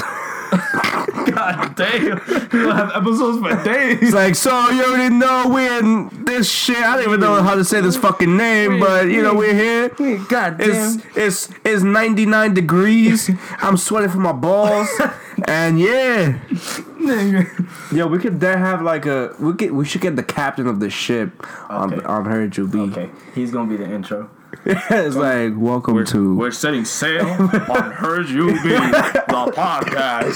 Speaker 2: God damn. You'll have episodes for
Speaker 1: It's
Speaker 2: days.
Speaker 1: like, so you already know we're in this shit. I don't even know how to say this fucking name, but you know we're here.
Speaker 2: God
Speaker 1: It's it's it's 99 [laughs] degrees. I'm sweating from my balls, and yeah. Yo, we could then have like a we could we should get the captain of the ship on
Speaker 2: Okay.
Speaker 1: on her to be.
Speaker 2: Okay, he's gonna be the intro.
Speaker 1: [laughs] it's like welcome to
Speaker 2: setting sail on Heard You Be, the podcast.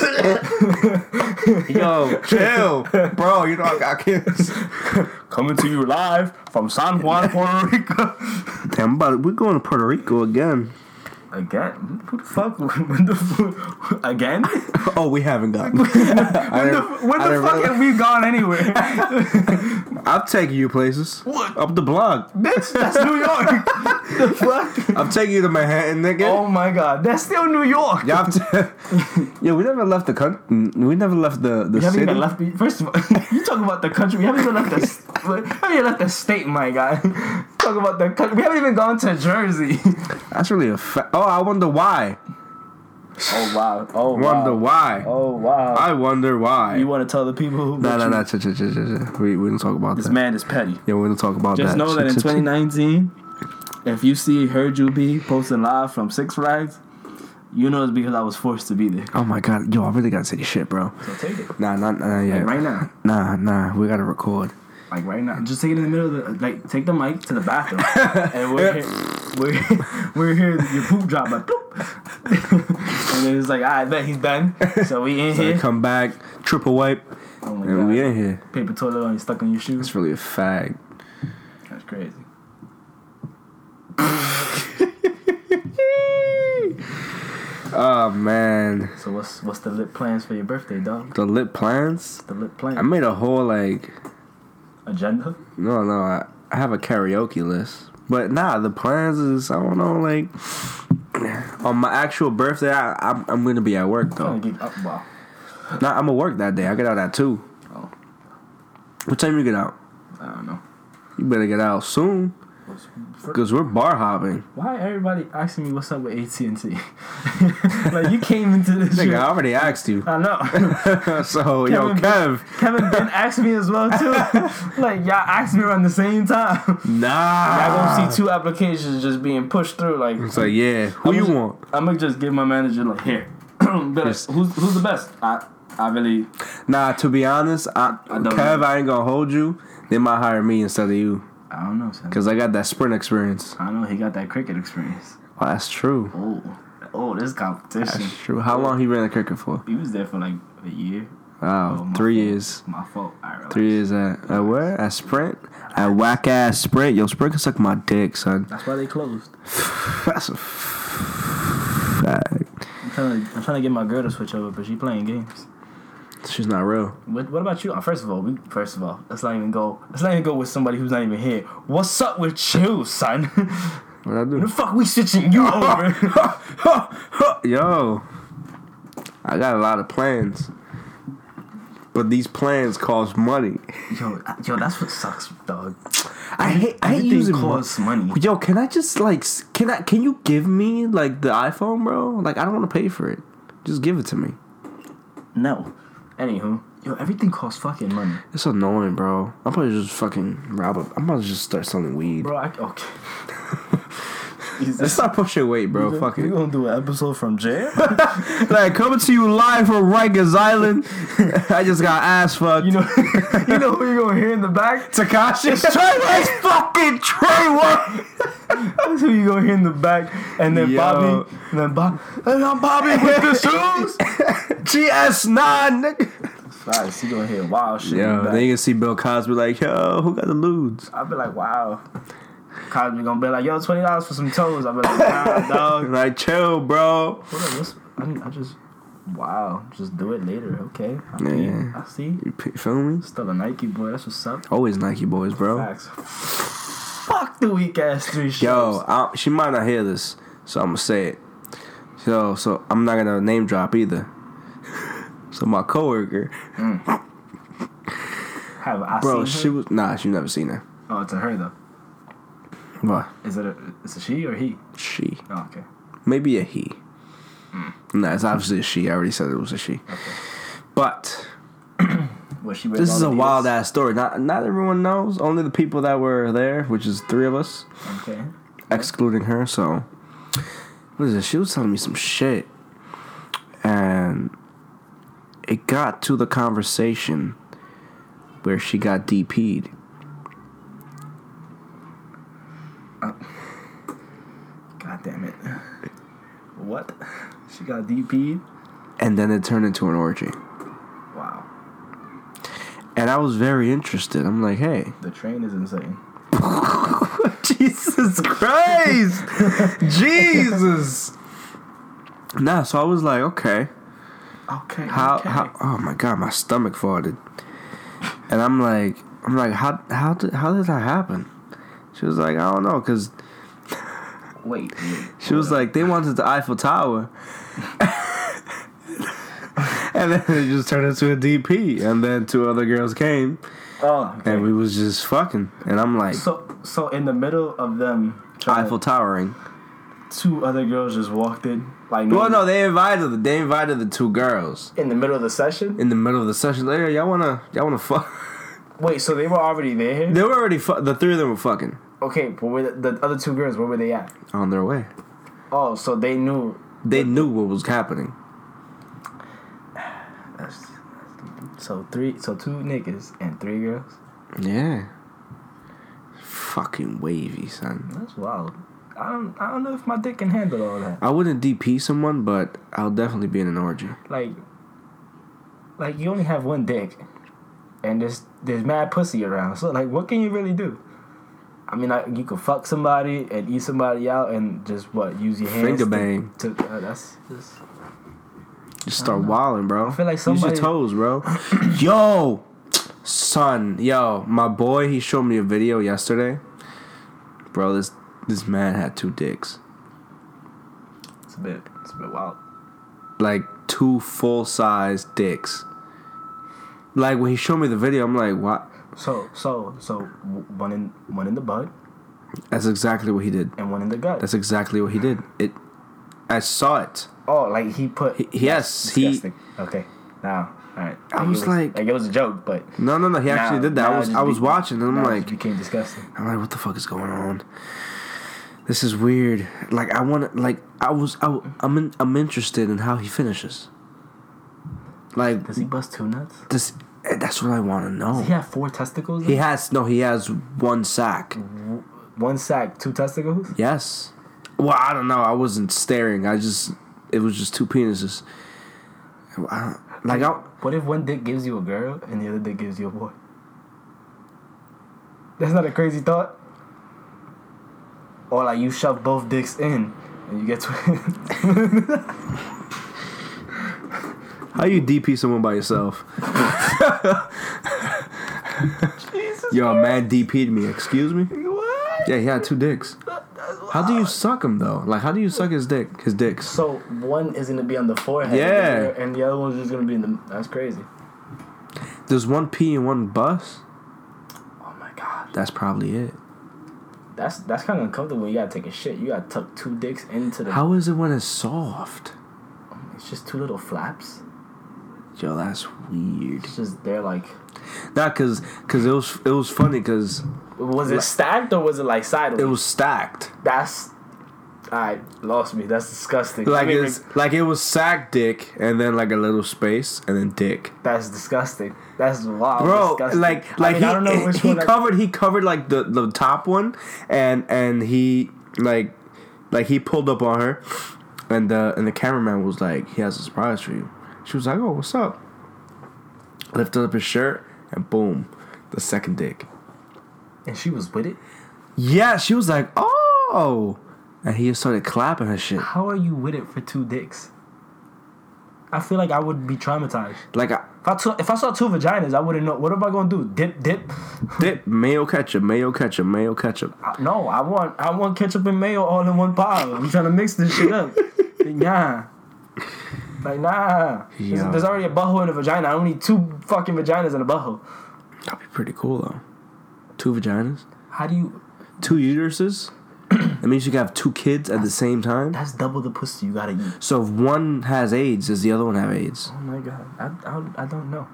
Speaker 1: [laughs] yo chill, bro. You know I got kids.
Speaker 2: Coming to you live from San Juan, Puerto Rico.
Speaker 1: Damn, but we're going to Puerto Rico again.
Speaker 2: [laughs] Again? Who the fuck? [laughs] When the fuck? [laughs] Again?
Speaker 1: Oh, we haven't [laughs] gotten. when
Speaker 2: When the fuck have we gone anywhere?
Speaker 1: I'll take you places.
Speaker 2: What?
Speaker 1: Up the block.
Speaker 2: Bitch, that's New [laughs] York. the fuck?
Speaker 1: I'm taking you to Manhattan, nigga.
Speaker 2: Oh my god, that's still New York.
Speaker 1: Yeah, I'm t- [laughs] yeah, we never left the country. We never left the the
Speaker 2: We haven't
Speaker 1: city.
Speaker 2: even left. the- First of all, [laughs] you talking about the country. We haven't even left the. [laughs] s- we haven't even left the state, my guy. [laughs] Talk about the country. We haven't even gone to Jersey.
Speaker 1: That's really a fa- Oh, I wonder why.
Speaker 2: [laughs] Oh wow! Oh
Speaker 1: Wonder why.
Speaker 2: Oh wow!
Speaker 1: I wonder why.
Speaker 2: You want to tell the people who?
Speaker 1: No, no, no. ch- ch- ch- ch- ch- We we don't talk about
Speaker 2: [laughs] This
Speaker 1: that.
Speaker 2: man is petty.
Speaker 1: yeah, we don't talk about that.
Speaker 2: Just know
Speaker 1: Ch-
Speaker 2: that in
Speaker 1: ch- ch-
Speaker 2: 2019, if you see Heard You Be posting live from Six Flags, you know it's because I was forced to be there.
Speaker 1: Oh my god, yo, I really gotta take a shit, bro.
Speaker 2: So take it
Speaker 1: Nah, nah, nah, yeah.
Speaker 2: right now.
Speaker 1: Nah, nah, we gotta record.
Speaker 2: Like right now, just take it in the middle of the like. Take
Speaker 1: [laughs]
Speaker 2: the mic to the bathroom, and we're here, we're we're here. Your poop drop like bloop. [laughs] and it was like, all right, bet he's done. So we in
Speaker 1: Like,
Speaker 2: here.
Speaker 1: come back, triple wipe,
Speaker 2: Oh my
Speaker 1: and we
Speaker 2: god.
Speaker 1: in here.
Speaker 2: Paper toilet on you stuck on your shoes.
Speaker 1: It's really a fag.
Speaker 2: That's crazy.
Speaker 1: Oh man,
Speaker 2: So what's what's the lit plans for your birthday, dog?
Speaker 1: the lit plans.
Speaker 2: The lit plan
Speaker 1: I made a whole like
Speaker 2: agenda.
Speaker 1: no no. I, I have a karaoke list, but nah, the plans is I don't know like on my actual birthday. I, I'm I'm gonna be at work though.
Speaker 2: Trying to get up. Wow.
Speaker 1: Nah, I'm gonna work that day. I get out at two.
Speaker 2: Oh,
Speaker 1: What time you get out?
Speaker 2: I don't know.
Speaker 1: You better get out soon,
Speaker 2: What's-
Speaker 1: cause we're bar hopping.
Speaker 2: Why everybody asking me what's up with AT and T? [laughs] Like you came into this.
Speaker 1: Nigga,
Speaker 2: [laughs] shit.
Speaker 1: I
Speaker 2: I
Speaker 1: already asked you. [laughs]
Speaker 2: know.
Speaker 1: so yo,
Speaker 2: Kevin-
Speaker 1: Kev.
Speaker 2: Kevin Ben asked me as well
Speaker 1: [laughs]
Speaker 2: too. like y'all asked me around the same time.
Speaker 1: Nah.
Speaker 2: I gonna see two applications just being pushed through. Like
Speaker 1: It's like, yeah, who
Speaker 2: I'm
Speaker 1: you
Speaker 2: just-
Speaker 1: want?
Speaker 2: I'm gonna just give my manager like here. [clears throat] Be like,
Speaker 1: Yes.
Speaker 2: who's who's the best? I I really
Speaker 1: Nah, to be honest, I,
Speaker 2: I don't
Speaker 1: Kev,
Speaker 2: know.
Speaker 1: I ain't gonna hold you. They might hire me instead of you
Speaker 2: I don't know. Son.
Speaker 1: because I got that sprint experience.
Speaker 2: I know he got that cricket experience.
Speaker 1: Oh, that's true.
Speaker 2: Oh oh, this competition.
Speaker 1: That's true. How long he ran the cricket for?
Speaker 2: He was there for like a year.
Speaker 1: Wow,
Speaker 2: Oh,
Speaker 1: three
Speaker 2: my fault.
Speaker 1: years.
Speaker 2: My fault. I realized.
Speaker 1: Three years at, at where? At Sprint? At whack ass Sprint? Yo, Sprint can suck my dick,
Speaker 2: [laughs]
Speaker 1: son.
Speaker 2: That's why they closed.
Speaker 1: That's a f- fact.
Speaker 2: I'm trying to I'm trying to get my girl to switch over, but she playing games.
Speaker 1: She's not real.
Speaker 2: What, what about you? Uh, First of all, we, first of all, let's not even go. Let's not even go with somebody who's not even here. What's up with you, son? [laughs]
Speaker 1: What I
Speaker 2: the
Speaker 1: do?
Speaker 2: fuck we switching [laughs] you over?
Speaker 1: [laughs] Yo, I got a lot of plans, but these plans cost money.
Speaker 2: Yo, uh, yo, that's what sucks, dog.
Speaker 1: I hate I hate
Speaker 2: Everything
Speaker 1: using mon-
Speaker 2: costs money.
Speaker 1: Yo, can I just like s- can I can you give me like the iPhone, bro? Like I don't want to pay for it. Just give it to me.
Speaker 2: No. Anywho, yo, everything costs fucking money,
Speaker 1: It's annoying, bro. I'm about to just fucking rob. A, I'm about to just start selling weed.
Speaker 2: bro. I, [laughs] okay.
Speaker 1: Let's start pushing weight, bro.
Speaker 2: We-
Speaker 1: Fuck [laughs]
Speaker 2: We
Speaker 1: it.
Speaker 2: gonna do an episode from [laughs] jail.
Speaker 1: Like coming to you live from Rikers Island. [laughs] I just got ass fucked. [laughs]
Speaker 2: you know, [laughs] you know who you gonna hear in the back.
Speaker 1: Takashi. It's Trey-
Speaker 2: [laughs]
Speaker 1: it's fucking Trey.
Speaker 2: That's who you gonna hear in the back, and then
Speaker 1: Yo.
Speaker 2: Bobby, and then Bob, and I'm Bobby with
Speaker 1: [laughs]
Speaker 2: the shoes.
Speaker 1: GS9, nigga.
Speaker 2: Facts, you gonna hear wild shit. in the
Speaker 1: Yo,
Speaker 2: back.
Speaker 1: then you can see Bill Cosby like, yo, who got the ludes?
Speaker 2: I'll be like, wow. Cosby gonna be like, yo, twenty dollars for some toes. I'll be like, nah, [laughs]
Speaker 1: [laughs]
Speaker 2: dog.
Speaker 1: Like, chill, bro.
Speaker 2: Hold on, what's, I, I just, wow, just do it later, okay? I
Speaker 1: Yeah.
Speaker 2: mean, I see.
Speaker 1: You p- feel me?
Speaker 2: Still a Nike boy. That's what's up.
Speaker 1: Always Nike boys, bro.
Speaker 2: Facts. Fuck the weak ass three shows.
Speaker 1: Yo, I, she might not hear this, so I'm gonna say it. So, so I'm not gonna name drop either. [laughs] So my coworker,
Speaker 2: Mm. have I
Speaker 1: bro,
Speaker 2: seen her?
Speaker 1: she was nah, she never seen her.
Speaker 2: Oh, to her though.
Speaker 1: What?
Speaker 2: Is it a, is it she or he?
Speaker 1: She,
Speaker 2: Oh, okay.
Speaker 1: maybe a he.
Speaker 2: Hmm.
Speaker 1: Nah, it's obviously a she. I already said it was a she. But
Speaker 2: Well, she wears
Speaker 1: this
Speaker 2: all
Speaker 1: is a
Speaker 2: Adidas.
Speaker 1: wild ass story. Not not everyone knows. Only the people that were there, which is three of us,
Speaker 2: Okay.
Speaker 1: excluding her. So what is it? She was telling me some shit, and it got to the conversation where she got DP'd.
Speaker 2: God damn it. What? She got DP'd?
Speaker 1: And then it turned into an orgy.
Speaker 2: Wow.
Speaker 1: And I was very interested. I'm like, hey.
Speaker 2: The train is insane.
Speaker 1: [laughs] Jesus Christ! [laughs] Jesus! Nah, so I was like, okay.
Speaker 2: Okay.
Speaker 1: How,
Speaker 2: okay.
Speaker 1: how, oh my god, my stomach farted. And I'm like, I'm like, how, how did, how did that happen? She was like, I don't know, cause
Speaker 2: Wait. wait.
Speaker 1: she was like, they wanted the Eiffel Tower. [laughs] and then it just turned into a DP. And then two other girls came
Speaker 2: Oh. okay.
Speaker 1: and we was just fucking. And I'm like,
Speaker 2: So so in the middle of them, trying to-
Speaker 1: Eiffel Towering.
Speaker 2: two other girls just walked in. Like
Speaker 1: Well, no, they invited, they invited the two girls.
Speaker 2: in the middle of the session.
Speaker 1: in the middle of the session later, y'all wanna y'all wanna fuck. [laughs]
Speaker 2: Wait, so they were already there?
Speaker 1: They were already fu- the three of them were fucking
Speaker 2: Okay, but where the, the other two girls, where were they at?
Speaker 1: on their way.
Speaker 2: Oh, so they knew.
Speaker 1: They knew what was happening.
Speaker 2: So three, so two niggas and three girls.
Speaker 1: Yeah. Fucking wavy, son.
Speaker 2: That's wild. I don't, I don't know if my dick can handle all that.
Speaker 1: I wouldn't DP someone, but I'll definitely be in an orgy.
Speaker 2: Like, like you only have one dick, and there's there's mad pussy around. So like, what can you really do? I mean, like, you could fuck somebody and eat somebody out, and just what use your hands
Speaker 1: Finger
Speaker 2: to-
Speaker 1: bang.
Speaker 2: To, uh, that's just
Speaker 1: Just start wilding, bro. I
Speaker 2: feel like
Speaker 1: Use
Speaker 2: somebody-
Speaker 1: your toes,
Speaker 2: [clears throat]
Speaker 1: bro. yo, son, yo, my boy. He showed me a video yesterday, bro. This this man had two dicks,
Speaker 2: it's a bit it's a bit wild.
Speaker 1: like two full size dicks. Like when he showed me the video, I'm like, what?
Speaker 2: So so so w- one in one in the butt
Speaker 1: That's exactly what he did.
Speaker 2: and one in the gut.
Speaker 1: That's exactly what he did. It, I saw it.
Speaker 2: oh, like he put
Speaker 1: He- yes, he.
Speaker 2: disgusting. okay. Now, all right.
Speaker 1: I was
Speaker 2: it
Speaker 1: like-
Speaker 2: like it was a joke, but
Speaker 1: No, no, no. He actually
Speaker 2: now-
Speaker 1: did that.
Speaker 2: now
Speaker 1: I
Speaker 2: it
Speaker 1: was,
Speaker 2: just
Speaker 1: I was
Speaker 2: be-
Speaker 1: watching, and I'm
Speaker 2: now it
Speaker 1: like,
Speaker 2: just became disgusting.
Speaker 1: I'm like, what the fuck is going on? This is weird. Like, I want to, like, I was, I, I'm, in, I'm interested in how he finishes. Like,
Speaker 2: Does he bust two nuts?
Speaker 1: this, eh, that's what I want to
Speaker 2: He
Speaker 1: know.
Speaker 2: had four testicles.
Speaker 1: He has, no, he has one sack.
Speaker 2: One sack, two testicles.
Speaker 1: Yes. Well, I don't know. I wasn't staring. I just, it was just two penises. I don't, like, I,
Speaker 2: What if one dick gives you a girl and the other dick gives you a boy? That's not a crazy thought. Or like you shove both dicks in and you get twins.
Speaker 1: [laughs] how you DP someone by yourself? [laughs] Yo, a man DP'd me. Excuse me?
Speaker 2: What?
Speaker 1: Yeah, he had two dicks. How do you suck him though? Like, how do you suck his dick? His dicks.
Speaker 2: So one is gonna be on the forehead.
Speaker 1: Yeah.
Speaker 2: And the other one's just gonna be in the. That's crazy.
Speaker 1: There's one pee and one bus.
Speaker 2: Oh my god.
Speaker 1: That's probably it.
Speaker 2: That's that's kind of uncomfortable. when You gotta take a shit. You gotta tuck two dicks into the.
Speaker 1: How is it when it's soft?
Speaker 2: It's just two little flaps.
Speaker 1: Yo, that's weird.
Speaker 2: It's just they're like.
Speaker 1: Nah, cause, cause it was it was funny cause
Speaker 2: Was it stacked or was it like sideways?
Speaker 1: it was stacked.
Speaker 2: That's. I lost me. That's disgusting.
Speaker 1: Like
Speaker 2: I mean,
Speaker 1: it's like it was sack dick and then like a little space and then dick.
Speaker 2: that's disgusting. That's wild.
Speaker 1: Bro,
Speaker 2: disgusting.
Speaker 1: like
Speaker 2: I,
Speaker 1: like
Speaker 2: mean, I don't know
Speaker 1: [laughs] he
Speaker 2: which
Speaker 1: he
Speaker 2: one. I-
Speaker 1: covered he covered like the the top one and and he like like he pulled up on her and the and the cameraman was like he has a surprise for you. She was like, "Oh, what's up?" Lifted up his shirt and boom, the second dick.
Speaker 2: and she was with it.
Speaker 1: Yeah, she was like, "Oh." And he started clapping her shit.
Speaker 2: How are you with it for two dicks? I feel like I would be traumatized.
Speaker 1: Like I
Speaker 2: If I, t- if I saw two vaginas, I wouldn't know. What am I gonna do? Dip, dip.
Speaker 1: dip mayo ketchup, mayo ketchup, mayo ketchup.
Speaker 2: I- no, I want I want ketchup and mayo all in one pile. I'm trying to mix this
Speaker 1: [laughs]
Speaker 2: shit up. nah. Like nah. There's,
Speaker 1: Yeah.
Speaker 2: there's already a butthole and a vagina. I don't need two fucking vaginas and a butthole.
Speaker 1: That'd be pretty cool though. Two vaginas,
Speaker 2: How do you?
Speaker 1: two uteruses. [clears throat] that means you can have two kids at the same time.
Speaker 2: That's double the pussy you gotta eat.
Speaker 1: So if one has AIDS, does the other one have AIDS?
Speaker 2: Oh my god. I I, I don't know.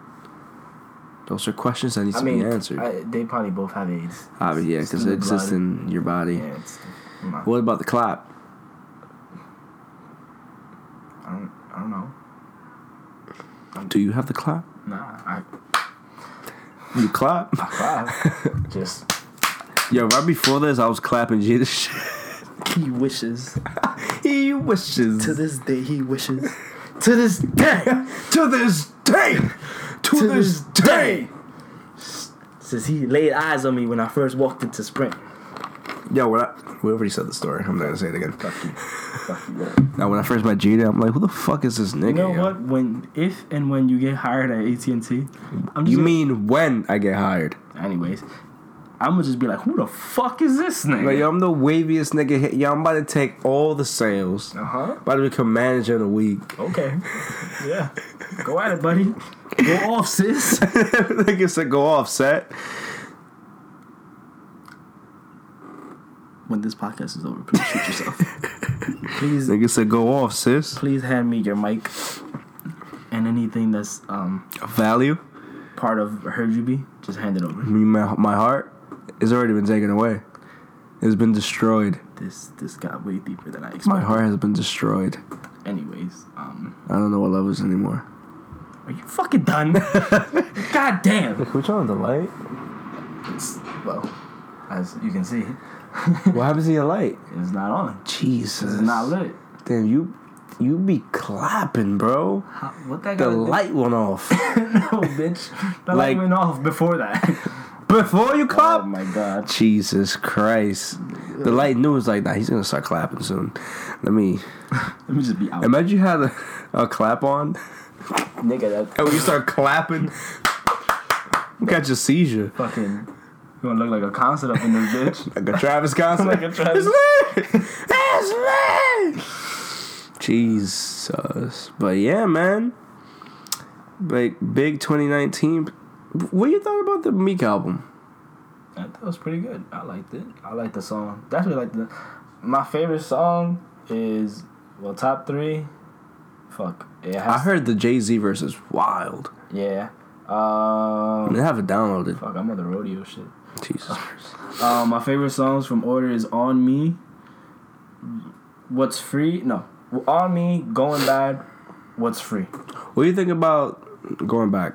Speaker 1: Those are questions that need to
Speaker 2: I mean,
Speaker 1: be answered.
Speaker 2: I, they probably both have AIDS.
Speaker 1: Obviously, yeah,
Speaker 2: It's
Speaker 1: because
Speaker 2: in
Speaker 1: it
Speaker 2: the
Speaker 1: exists
Speaker 2: blood.
Speaker 1: in your body.
Speaker 2: Yeah, it's, I'm not-
Speaker 1: What about the clap?
Speaker 2: I, don't, I don't know.
Speaker 1: Do you have the clap?
Speaker 2: Nah, I,
Speaker 1: You clap? [laughs]
Speaker 2: I cry. Just
Speaker 1: Yo, right before this, I was clapping G the shit.
Speaker 2: [laughs] he wishes.
Speaker 1: [laughs] He wishes to,
Speaker 2: this day, he wishes. to this day.
Speaker 1: this day, to, this day.
Speaker 2: Since he laid eyes on me when I first walked into Sprint.
Speaker 1: Yo, when I, we already said the story. I'm not gonna say it again.
Speaker 2: Fuck you. Fuck you.
Speaker 1: Now, when I first met Jada, I'm like, who the fuck is this nigga?
Speaker 2: You know
Speaker 1: yo?
Speaker 2: what? When if and when you get hired at AT and T, I'm just
Speaker 1: You
Speaker 2: gonna-
Speaker 1: mean when I get hired?
Speaker 2: anyways. I'm gonna just be like, who the fuck is this
Speaker 1: Like,
Speaker 2: nigga?
Speaker 1: yo, I'm the waviest nigga. here. Yo, I'm about to take all the sales.
Speaker 2: Uh huh.
Speaker 1: About to become manager in a week. [laughs]
Speaker 2: Okay. Yeah. Go at it, buddy. Go off, sis.
Speaker 1: like it's a go off set.
Speaker 2: When this podcast is over, please shoot
Speaker 1: [laughs]
Speaker 2: yourself. please,
Speaker 1: Like it's a go off, sis.
Speaker 2: please hand me your mic and anything that's um
Speaker 1: Value.
Speaker 2: part of heard you be. Just hand it over.
Speaker 1: I mean, my, my heart has already been taken away. It's been destroyed.
Speaker 2: This this got way deeper than I expected.
Speaker 1: My heart has been destroyed.
Speaker 2: Anyways, um,
Speaker 1: I don't know what love is anymore.
Speaker 2: are you
Speaker 1: [laughs]
Speaker 2: fucking done? God damn.
Speaker 1: Which one, the light?
Speaker 2: It's- well, as you can see, [laughs]
Speaker 1: what happens to your light?
Speaker 2: It's not on.
Speaker 1: Jesus.
Speaker 2: It's not lit.
Speaker 1: Damn, you you be clapping, bro.
Speaker 2: How, what that
Speaker 1: The
Speaker 2: gotta do-
Speaker 1: light went off.
Speaker 2: [laughs] no, bitch. The
Speaker 1: Like-
Speaker 2: light went off before that.
Speaker 1: Before you
Speaker 2: oh
Speaker 1: clap?
Speaker 2: my god.
Speaker 1: Jesus Christ. The light knew it was like, nah, he's gonna start clapping soon. Let me
Speaker 2: Let me just be out.
Speaker 1: imagine you had a, a clap on [laughs]
Speaker 2: Nigga, that
Speaker 1: and when you start clapping. You got your seizure.
Speaker 2: fucking. You gonna look like a concert up in
Speaker 1: [laughs]
Speaker 2: this bitch.
Speaker 1: Like a Travis concert.
Speaker 2: Like a Travis-
Speaker 1: It's lit! It's lit! Jesus. But yeah, man. Like, big 2019. What you thought about the Meek album?
Speaker 2: I thought it was pretty good. I liked it. I liked the song. Definitely liked the. My favorite song is well top three. Fuck. It has,
Speaker 1: I heard the Jay Z verse is wild.
Speaker 2: Yeah.
Speaker 1: I mean,
Speaker 2: Um.
Speaker 1: I haven't downloaded.
Speaker 2: Fuck. I'm on the rodeo shit.
Speaker 1: Jesus.
Speaker 2: Um, my favorite songs from order is On Me, What's Free. No, On Me, Going Bad, What's Free.
Speaker 1: What do you think about going back?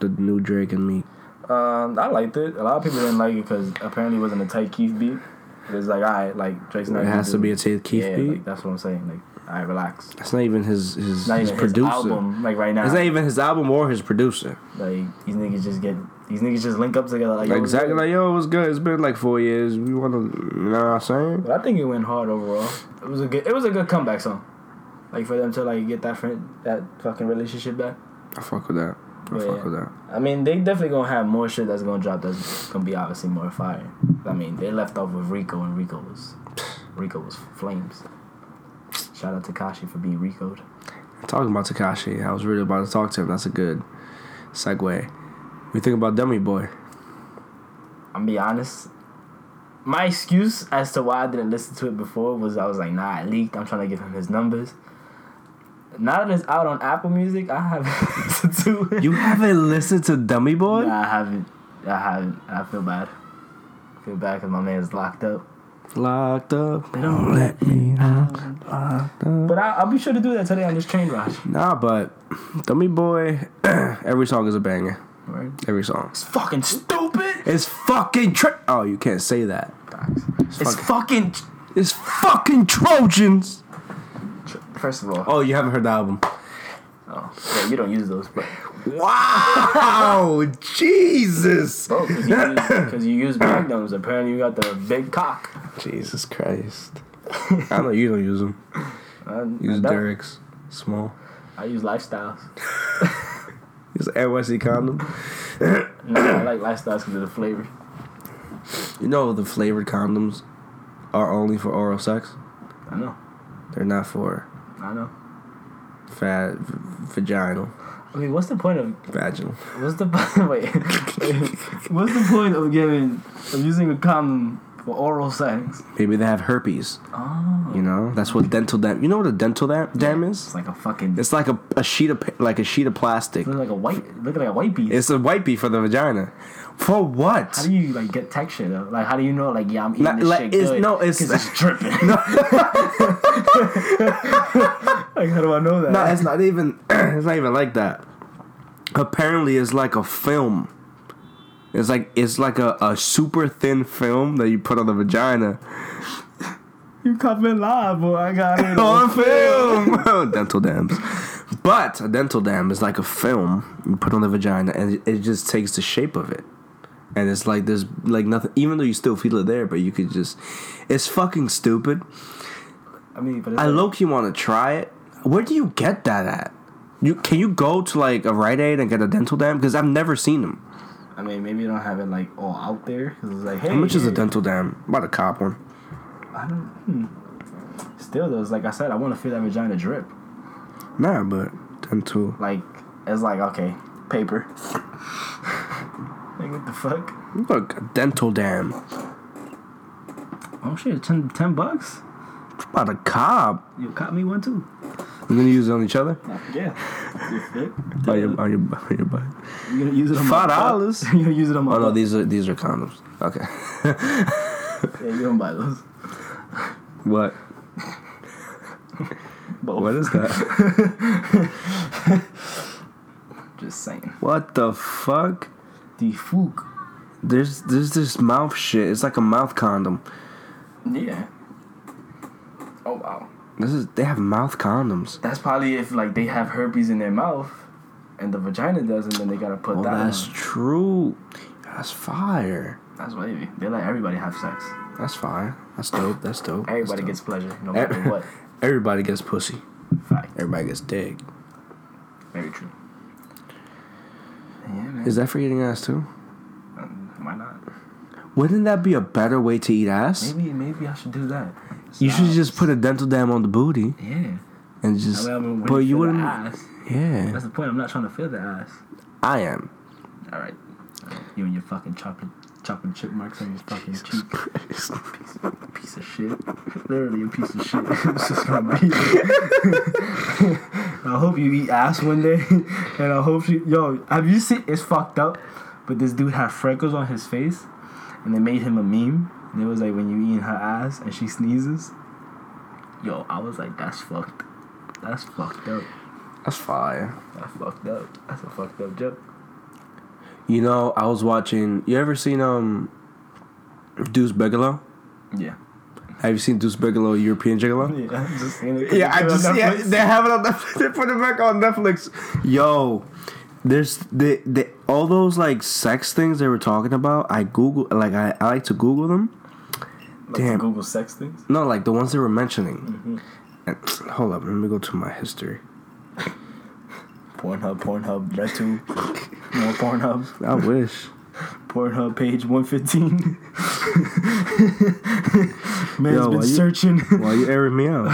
Speaker 1: The new Drake and Meek.
Speaker 2: Um, I liked it. A lot of people didn't like it because apparently it wasn't a tight Keith beat. It was like, all right, like Drake's not.
Speaker 1: It
Speaker 2: gonna
Speaker 1: has to
Speaker 2: do
Speaker 1: be
Speaker 2: it.
Speaker 1: a Taylor Keith
Speaker 2: yeah,
Speaker 1: beat.
Speaker 2: Like, that's what I'm saying. Like, all right, relax.
Speaker 1: That's not even his his,
Speaker 2: Not
Speaker 1: his
Speaker 2: even his
Speaker 1: producer.
Speaker 2: album, like right now.
Speaker 1: It's not even his album or his producer.
Speaker 2: Like these niggas just get these niggas just link up together. Like yo, what's
Speaker 1: exactly.
Speaker 2: good?
Speaker 1: Like yo, it's good. It's been like four years. We want to, you know what I'm saying?
Speaker 2: But I think it went hard overall. It was a good. It was a good comeback song. Like for them to like get that friend that fucking relationship back.
Speaker 1: I fuck with that. I
Speaker 2: Yeah.
Speaker 1: fuck with that.
Speaker 2: I mean, they definitely gonna have more shit that's gonna drop. That's gonna be obviously more fire. I mean, they left off with Rico, and Rico was Rico was flames. Shout out to Kashi for being Rico'd.
Speaker 1: Talking about Takashi, I was really about to talk to him. That's a good segue. We think about Dummy Boy.
Speaker 2: I'm be honest. My excuse as to why I didn't listen to it before was I was like, nah, it leaked. I'm trying to give him his numbers. Now that it's out on Apple Music, I haven't [laughs] listened to it.
Speaker 1: You haven't listened to Dummy Boy?
Speaker 2: Nah, I haven't. I haven't. I feel bad. I feel bad because my man's locked up.
Speaker 1: Locked up, they don't let me out. Locked up.
Speaker 2: But I, I'll be sure to do that today on this train ride.
Speaker 1: Nah, but Dummy Boy, [clears throat] every song is a banger.
Speaker 2: Right?
Speaker 1: Every song.
Speaker 2: It's fucking stupid.
Speaker 1: It's fucking Tro- Oh, you can't say that.
Speaker 2: It's, fucking.
Speaker 1: It's fucking Trojans.
Speaker 2: First of all,
Speaker 1: Oh, you haven't heard the album.
Speaker 2: oh, yeah, you don't use those, but
Speaker 1: Wow, Jesus.
Speaker 2: bro, because you, [laughs] use- oh, 'cause you use magnums. Apparently, you got the big cock.
Speaker 1: Jesus Christ. [laughs] I know you don't use them.
Speaker 2: I,
Speaker 1: Use
Speaker 2: I don't.
Speaker 1: Derek's. Small.
Speaker 2: I use lifestyles.
Speaker 1: Use NYC condom.
Speaker 2: No, I like lifestyles because of the flavor.
Speaker 1: You know the flavored condoms are only for oral sex.
Speaker 2: I know.
Speaker 1: They're not for
Speaker 2: I know.
Speaker 1: fat vaginal,
Speaker 2: Okay, what's the point of
Speaker 1: vaginal.
Speaker 2: what's the [laughs] point? Wait, what's the point of giving of using a condom for oral sex?
Speaker 1: Maybe they have herpes.
Speaker 2: Oh,
Speaker 1: You know, that's what dental dam. You know what a dental dam, dam is?
Speaker 2: it's like a fucking. It's
Speaker 1: It's like a, a sheet of pa- like a sheet of plastic.
Speaker 2: look like a white. Look like a white piece.
Speaker 1: It's a whitey for the vagina. For what?
Speaker 2: How do you like get texture though? Like how do you know like yeah I'm eating
Speaker 1: Like-
Speaker 2: this
Speaker 1: like,
Speaker 2: shit
Speaker 1: it's-
Speaker 2: good?
Speaker 1: no, it's-
Speaker 2: 'Cause [laughs] it's dripping. like how do I know
Speaker 1: [laughs]
Speaker 2: that?
Speaker 1: No, it's not even. [clears throat] it's not even like that. Apparently, it's like a film. It's like it's like a, a super thin film that you put on the vagina.
Speaker 2: you coming live, boy? I
Speaker 1: [laughs]
Speaker 2: got it
Speaker 1: On film, [laughs] dental dams. But a dental dam is like a film you put on the vagina, and it, it just takes the shape of it. And it's like there's like nothing, even though you still feel it there, but you could just. It's fucking stupid.
Speaker 2: I mean, but it's
Speaker 1: I
Speaker 2: like,
Speaker 1: low key want to try it. Where do you get that at? You can you go to like a Rite Aid and get a dental dam? Because I've never seen them.
Speaker 2: I mean, maybe you don't have it like all out there. 'cause it's like, hey,
Speaker 1: How much is a
Speaker 2: here.
Speaker 1: dental dam? About a cop one.
Speaker 2: hmm. Still, though, it's like I said, I want to feel that vagina drip.
Speaker 1: Nah, but dental.
Speaker 2: Like it's like okay, paper. like what the fuck?
Speaker 1: Look, a dental dam.
Speaker 2: Oh shit, 10, 10 bucks?
Speaker 1: About a cop.
Speaker 2: You caught me one too.
Speaker 1: We're gonna use it on each other.
Speaker 2: Uh, Yeah. You fit?
Speaker 1: On your on your on your butt.
Speaker 2: You gonna use it on my
Speaker 1: Five
Speaker 2: butt?
Speaker 1: dollars?
Speaker 2: [laughs] you gonna use it on my
Speaker 1: Oh no,
Speaker 2: butt?
Speaker 1: these are these are condoms. Okay.
Speaker 2: Yeah, you don't buy those.
Speaker 1: What?
Speaker 2: Both.
Speaker 1: What is that?
Speaker 2: Just saying.
Speaker 1: what the fuck?
Speaker 2: The fook.
Speaker 1: There's there's this mouth shit. It's like a mouth condom.
Speaker 2: Yeah. Oh wow.
Speaker 1: This is they have mouth condoms.
Speaker 2: That's probably if like they have herpes in their mouth, and the vagina doesn't, then they gotta put
Speaker 1: Well,
Speaker 2: that.
Speaker 1: Oh, that's
Speaker 2: on.
Speaker 1: true. That's fire.
Speaker 2: That's wavy. They let everybody have sex.
Speaker 1: That's fire. That's dope. That's dope. That's
Speaker 2: Everybody
Speaker 1: dope.
Speaker 2: gets pleasure, no
Speaker 1: Eh.
Speaker 2: matter
Speaker 1: [laughs]
Speaker 2: what.
Speaker 1: everybody gets pussy.
Speaker 2: Fact.
Speaker 1: Everybody gets dick.
Speaker 2: Very true. Yeah, man.
Speaker 1: Is that for eating ass too?
Speaker 2: Um, Why not?
Speaker 1: Wouldn't that be a better way to eat ass?
Speaker 2: Maybe maybe I should do that.
Speaker 1: You should
Speaker 2: Stop.
Speaker 1: just put a dental dam on the booty
Speaker 2: Yeah.
Speaker 1: and
Speaker 2: That
Speaker 1: just.
Speaker 2: way I'm gonna
Speaker 1: but you
Speaker 2: feel the
Speaker 1: wouldn't.
Speaker 2: ass.
Speaker 1: Yeah,
Speaker 2: That's the point. I'm not trying to feel the ass.
Speaker 1: I am.
Speaker 2: All right. You and your fucking chopping, chopping chip marks on your fucking cheek. Piece of, piece of shit. Literally a piece of shit. [laughs] It's just gonna be- [laughs] I hope you eat ass one day, [laughs] and I hope you. Yo, have you seen? It's fucked up, but this dude had freckles on his face, and they made him a meme. And it was like when you eating her ass and she sneezes. Yo, I was like, that's fucked. That's fucked up.
Speaker 1: [laughs] That's fire.
Speaker 2: That's fucked up. That's a fucked up joke.
Speaker 1: You know, I was watching. You ever seen um, Deuce Bigelow?
Speaker 2: Yeah.
Speaker 1: Have you seen Deuce Bigelow, European Gigolo?
Speaker 2: [laughs] Yeah, I just seen it.
Speaker 1: Yeah, I just yeah,
Speaker 2: Netflix.
Speaker 1: they have it on Netflix. [laughs] They put it back on Netflix. Yo, there's the the all those like sex things they were talking about. I Google like I, I like to Google them.
Speaker 2: Like
Speaker 1: Damn.
Speaker 2: the Google sex things. Mm-hmm.
Speaker 1: No, like the ones they were mentioning. And, [sniffs] hold up, let me go to my history.
Speaker 2: Pornhub, Pornhub, RedTube, more Pornhub,
Speaker 1: I wish.
Speaker 2: Pornhub page one fifteen. [laughs] Man's
Speaker 1: Yo,
Speaker 2: been
Speaker 1: why you-
Speaker 2: searching.
Speaker 1: Why you airing me out?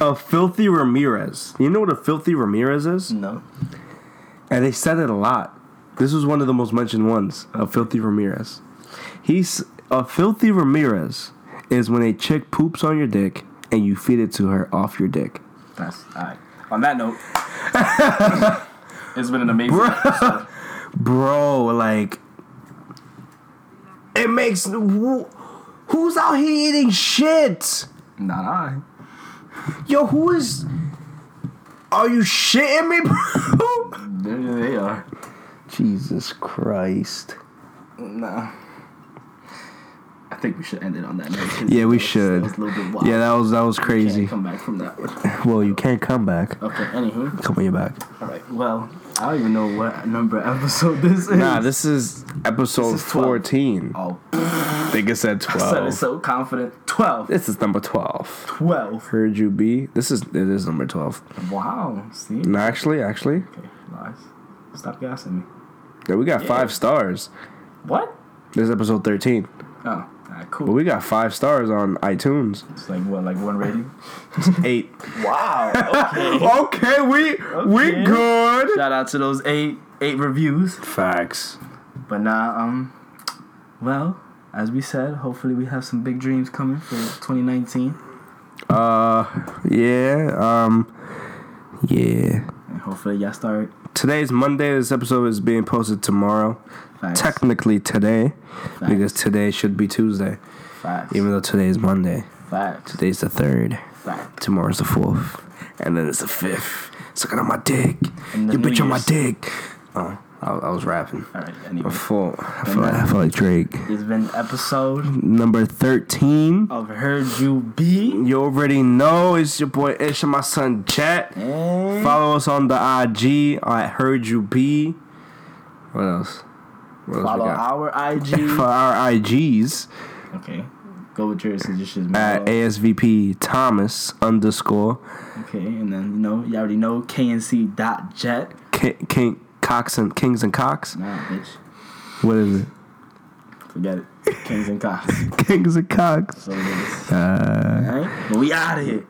Speaker 1: a filthy Ramirez. You know what a filthy Ramirez is?
Speaker 2: no,
Speaker 1: And they said it a lot. This was one of the most mentioned ones. A filthy Ramirez. He's a filthy Ramirez is when a chick poops on your dick and you feed it to her off your dick.
Speaker 2: that's alright. On that [laughs] note, it's been an amazing. episode.
Speaker 1: Bro, like it makes who, who's out here eating shit?
Speaker 2: Not I.
Speaker 1: Yo, who is? Are you shitting me, [laughs] bro?
Speaker 2: There they are.
Speaker 1: Jesus Christ.
Speaker 2: Nah. I think we should end it on that note.
Speaker 1: Yeah, we
Speaker 2: That was-
Speaker 1: should.
Speaker 2: That was a little bit wild.
Speaker 1: Yeah, that was that was
Speaker 2: Can't
Speaker 1: crazy.
Speaker 2: Come back from that.
Speaker 1: Well, you can't come back.
Speaker 2: Okay. Anywho.
Speaker 1: Come on, you back.
Speaker 2: All right. Well, I don't even know what number episode this is. [laughs]
Speaker 1: Nah, this is episode
Speaker 2: This is 12.
Speaker 1: fourteen.
Speaker 2: Oh,
Speaker 1: I think it said
Speaker 2: said it
Speaker 1: twelve.
Speaker 2: so confident. 12.
Speaker 1: This is number twelve.
Speaker 2: 12.
Speaker 1: Heard you be. This is it is number twelve.
Speaker 2: Wow. See?
Speaker 1: No, actually, actually,
Speaker 2: Okay, lies. Stop gassing me.
Speaker 1: yeah, we got five stars.
Speaker 2: What?
Speaker 1: This is episode thirteen,
Speaker 2: Oh, alright,
Speaker 1: but
Speaker 2: cool.
Speaker 1: we got five stars on
Speaker 2: [laughs]
Speaker 1: iTunes.
Speaker 2: It's like what, like one rating?
Speaker 1: Eight. [laughs]
Speaker 2: Wow. Okay.
Speaker 1: okay, we we
Speaker 2: Okay.
Speaker 1: good.
Speaker 2: Shout out to those eight eight reviews.
Speaker 1: Facts.
Speaker 2: But nah, um, well, as we said, hopefully we have some big dreams coming for 2019,
Speaker 1: Uh, yeah. Um, yeah.
Speaker 2: and hopefully y'all start.
Speaker 1: Today's Monday. This episode is being posted tomorrow.
Speaker 2: Facts.
Speaker 1: Technically today,
Speaker 2: Facts.
Speaker 1: because today should be Tuesday,
Speaker 2: Facts.
Speaker 1: even though today is Monday.
Speaker 2: facts.
Speaker 1: Today's the third.
Speaker 2: Facts.
Speaker 1: Tomorrow's the fourth, and then it's the fifth. Sucking on my dick.
Speaker 2: And the
Speaker 1: You
Speaker 2: New
Speaker 1: bitch on my
Speaker 2: Year's.
Speaker 1: dick. Oh, I, I was rapping.
Speaker 2: All right. Anyway,
Speaker 1: I feel, I feel like I feel like Drake.
Speaker 2: it's been an episode
Speaker 1: Number thirteen.
Speaker 2: of Heard You Be.
Speaker 1: You already know it's your boy Ish and my son Jet.
Speaker 2: And
Speaker 1: Follow us on the IG I Heard You Be. What else? What else
Speaker 2: follow
Speaker 1: we got?
Speaker 2: our
Speaker 1: [laughs]
Speaker 2: IG.
Speaker 1: For our IGs
Speaker 2: okay. Go with yours since it's just
Speaker 1: at ASVP Thomas underscore
Speaker 2: Okay, and then you know you already know KNC dot jet.
Speaker 1: King, King Cox and Kings and Cox.
Speaker 2: Nah, bitch,
Speaker 1: What is it?
Speaker 2: forget it. Kings and cops.
Speaker 1: [laughs] Kings and Cox.
Speaker 2: So it is. All right, we out of here.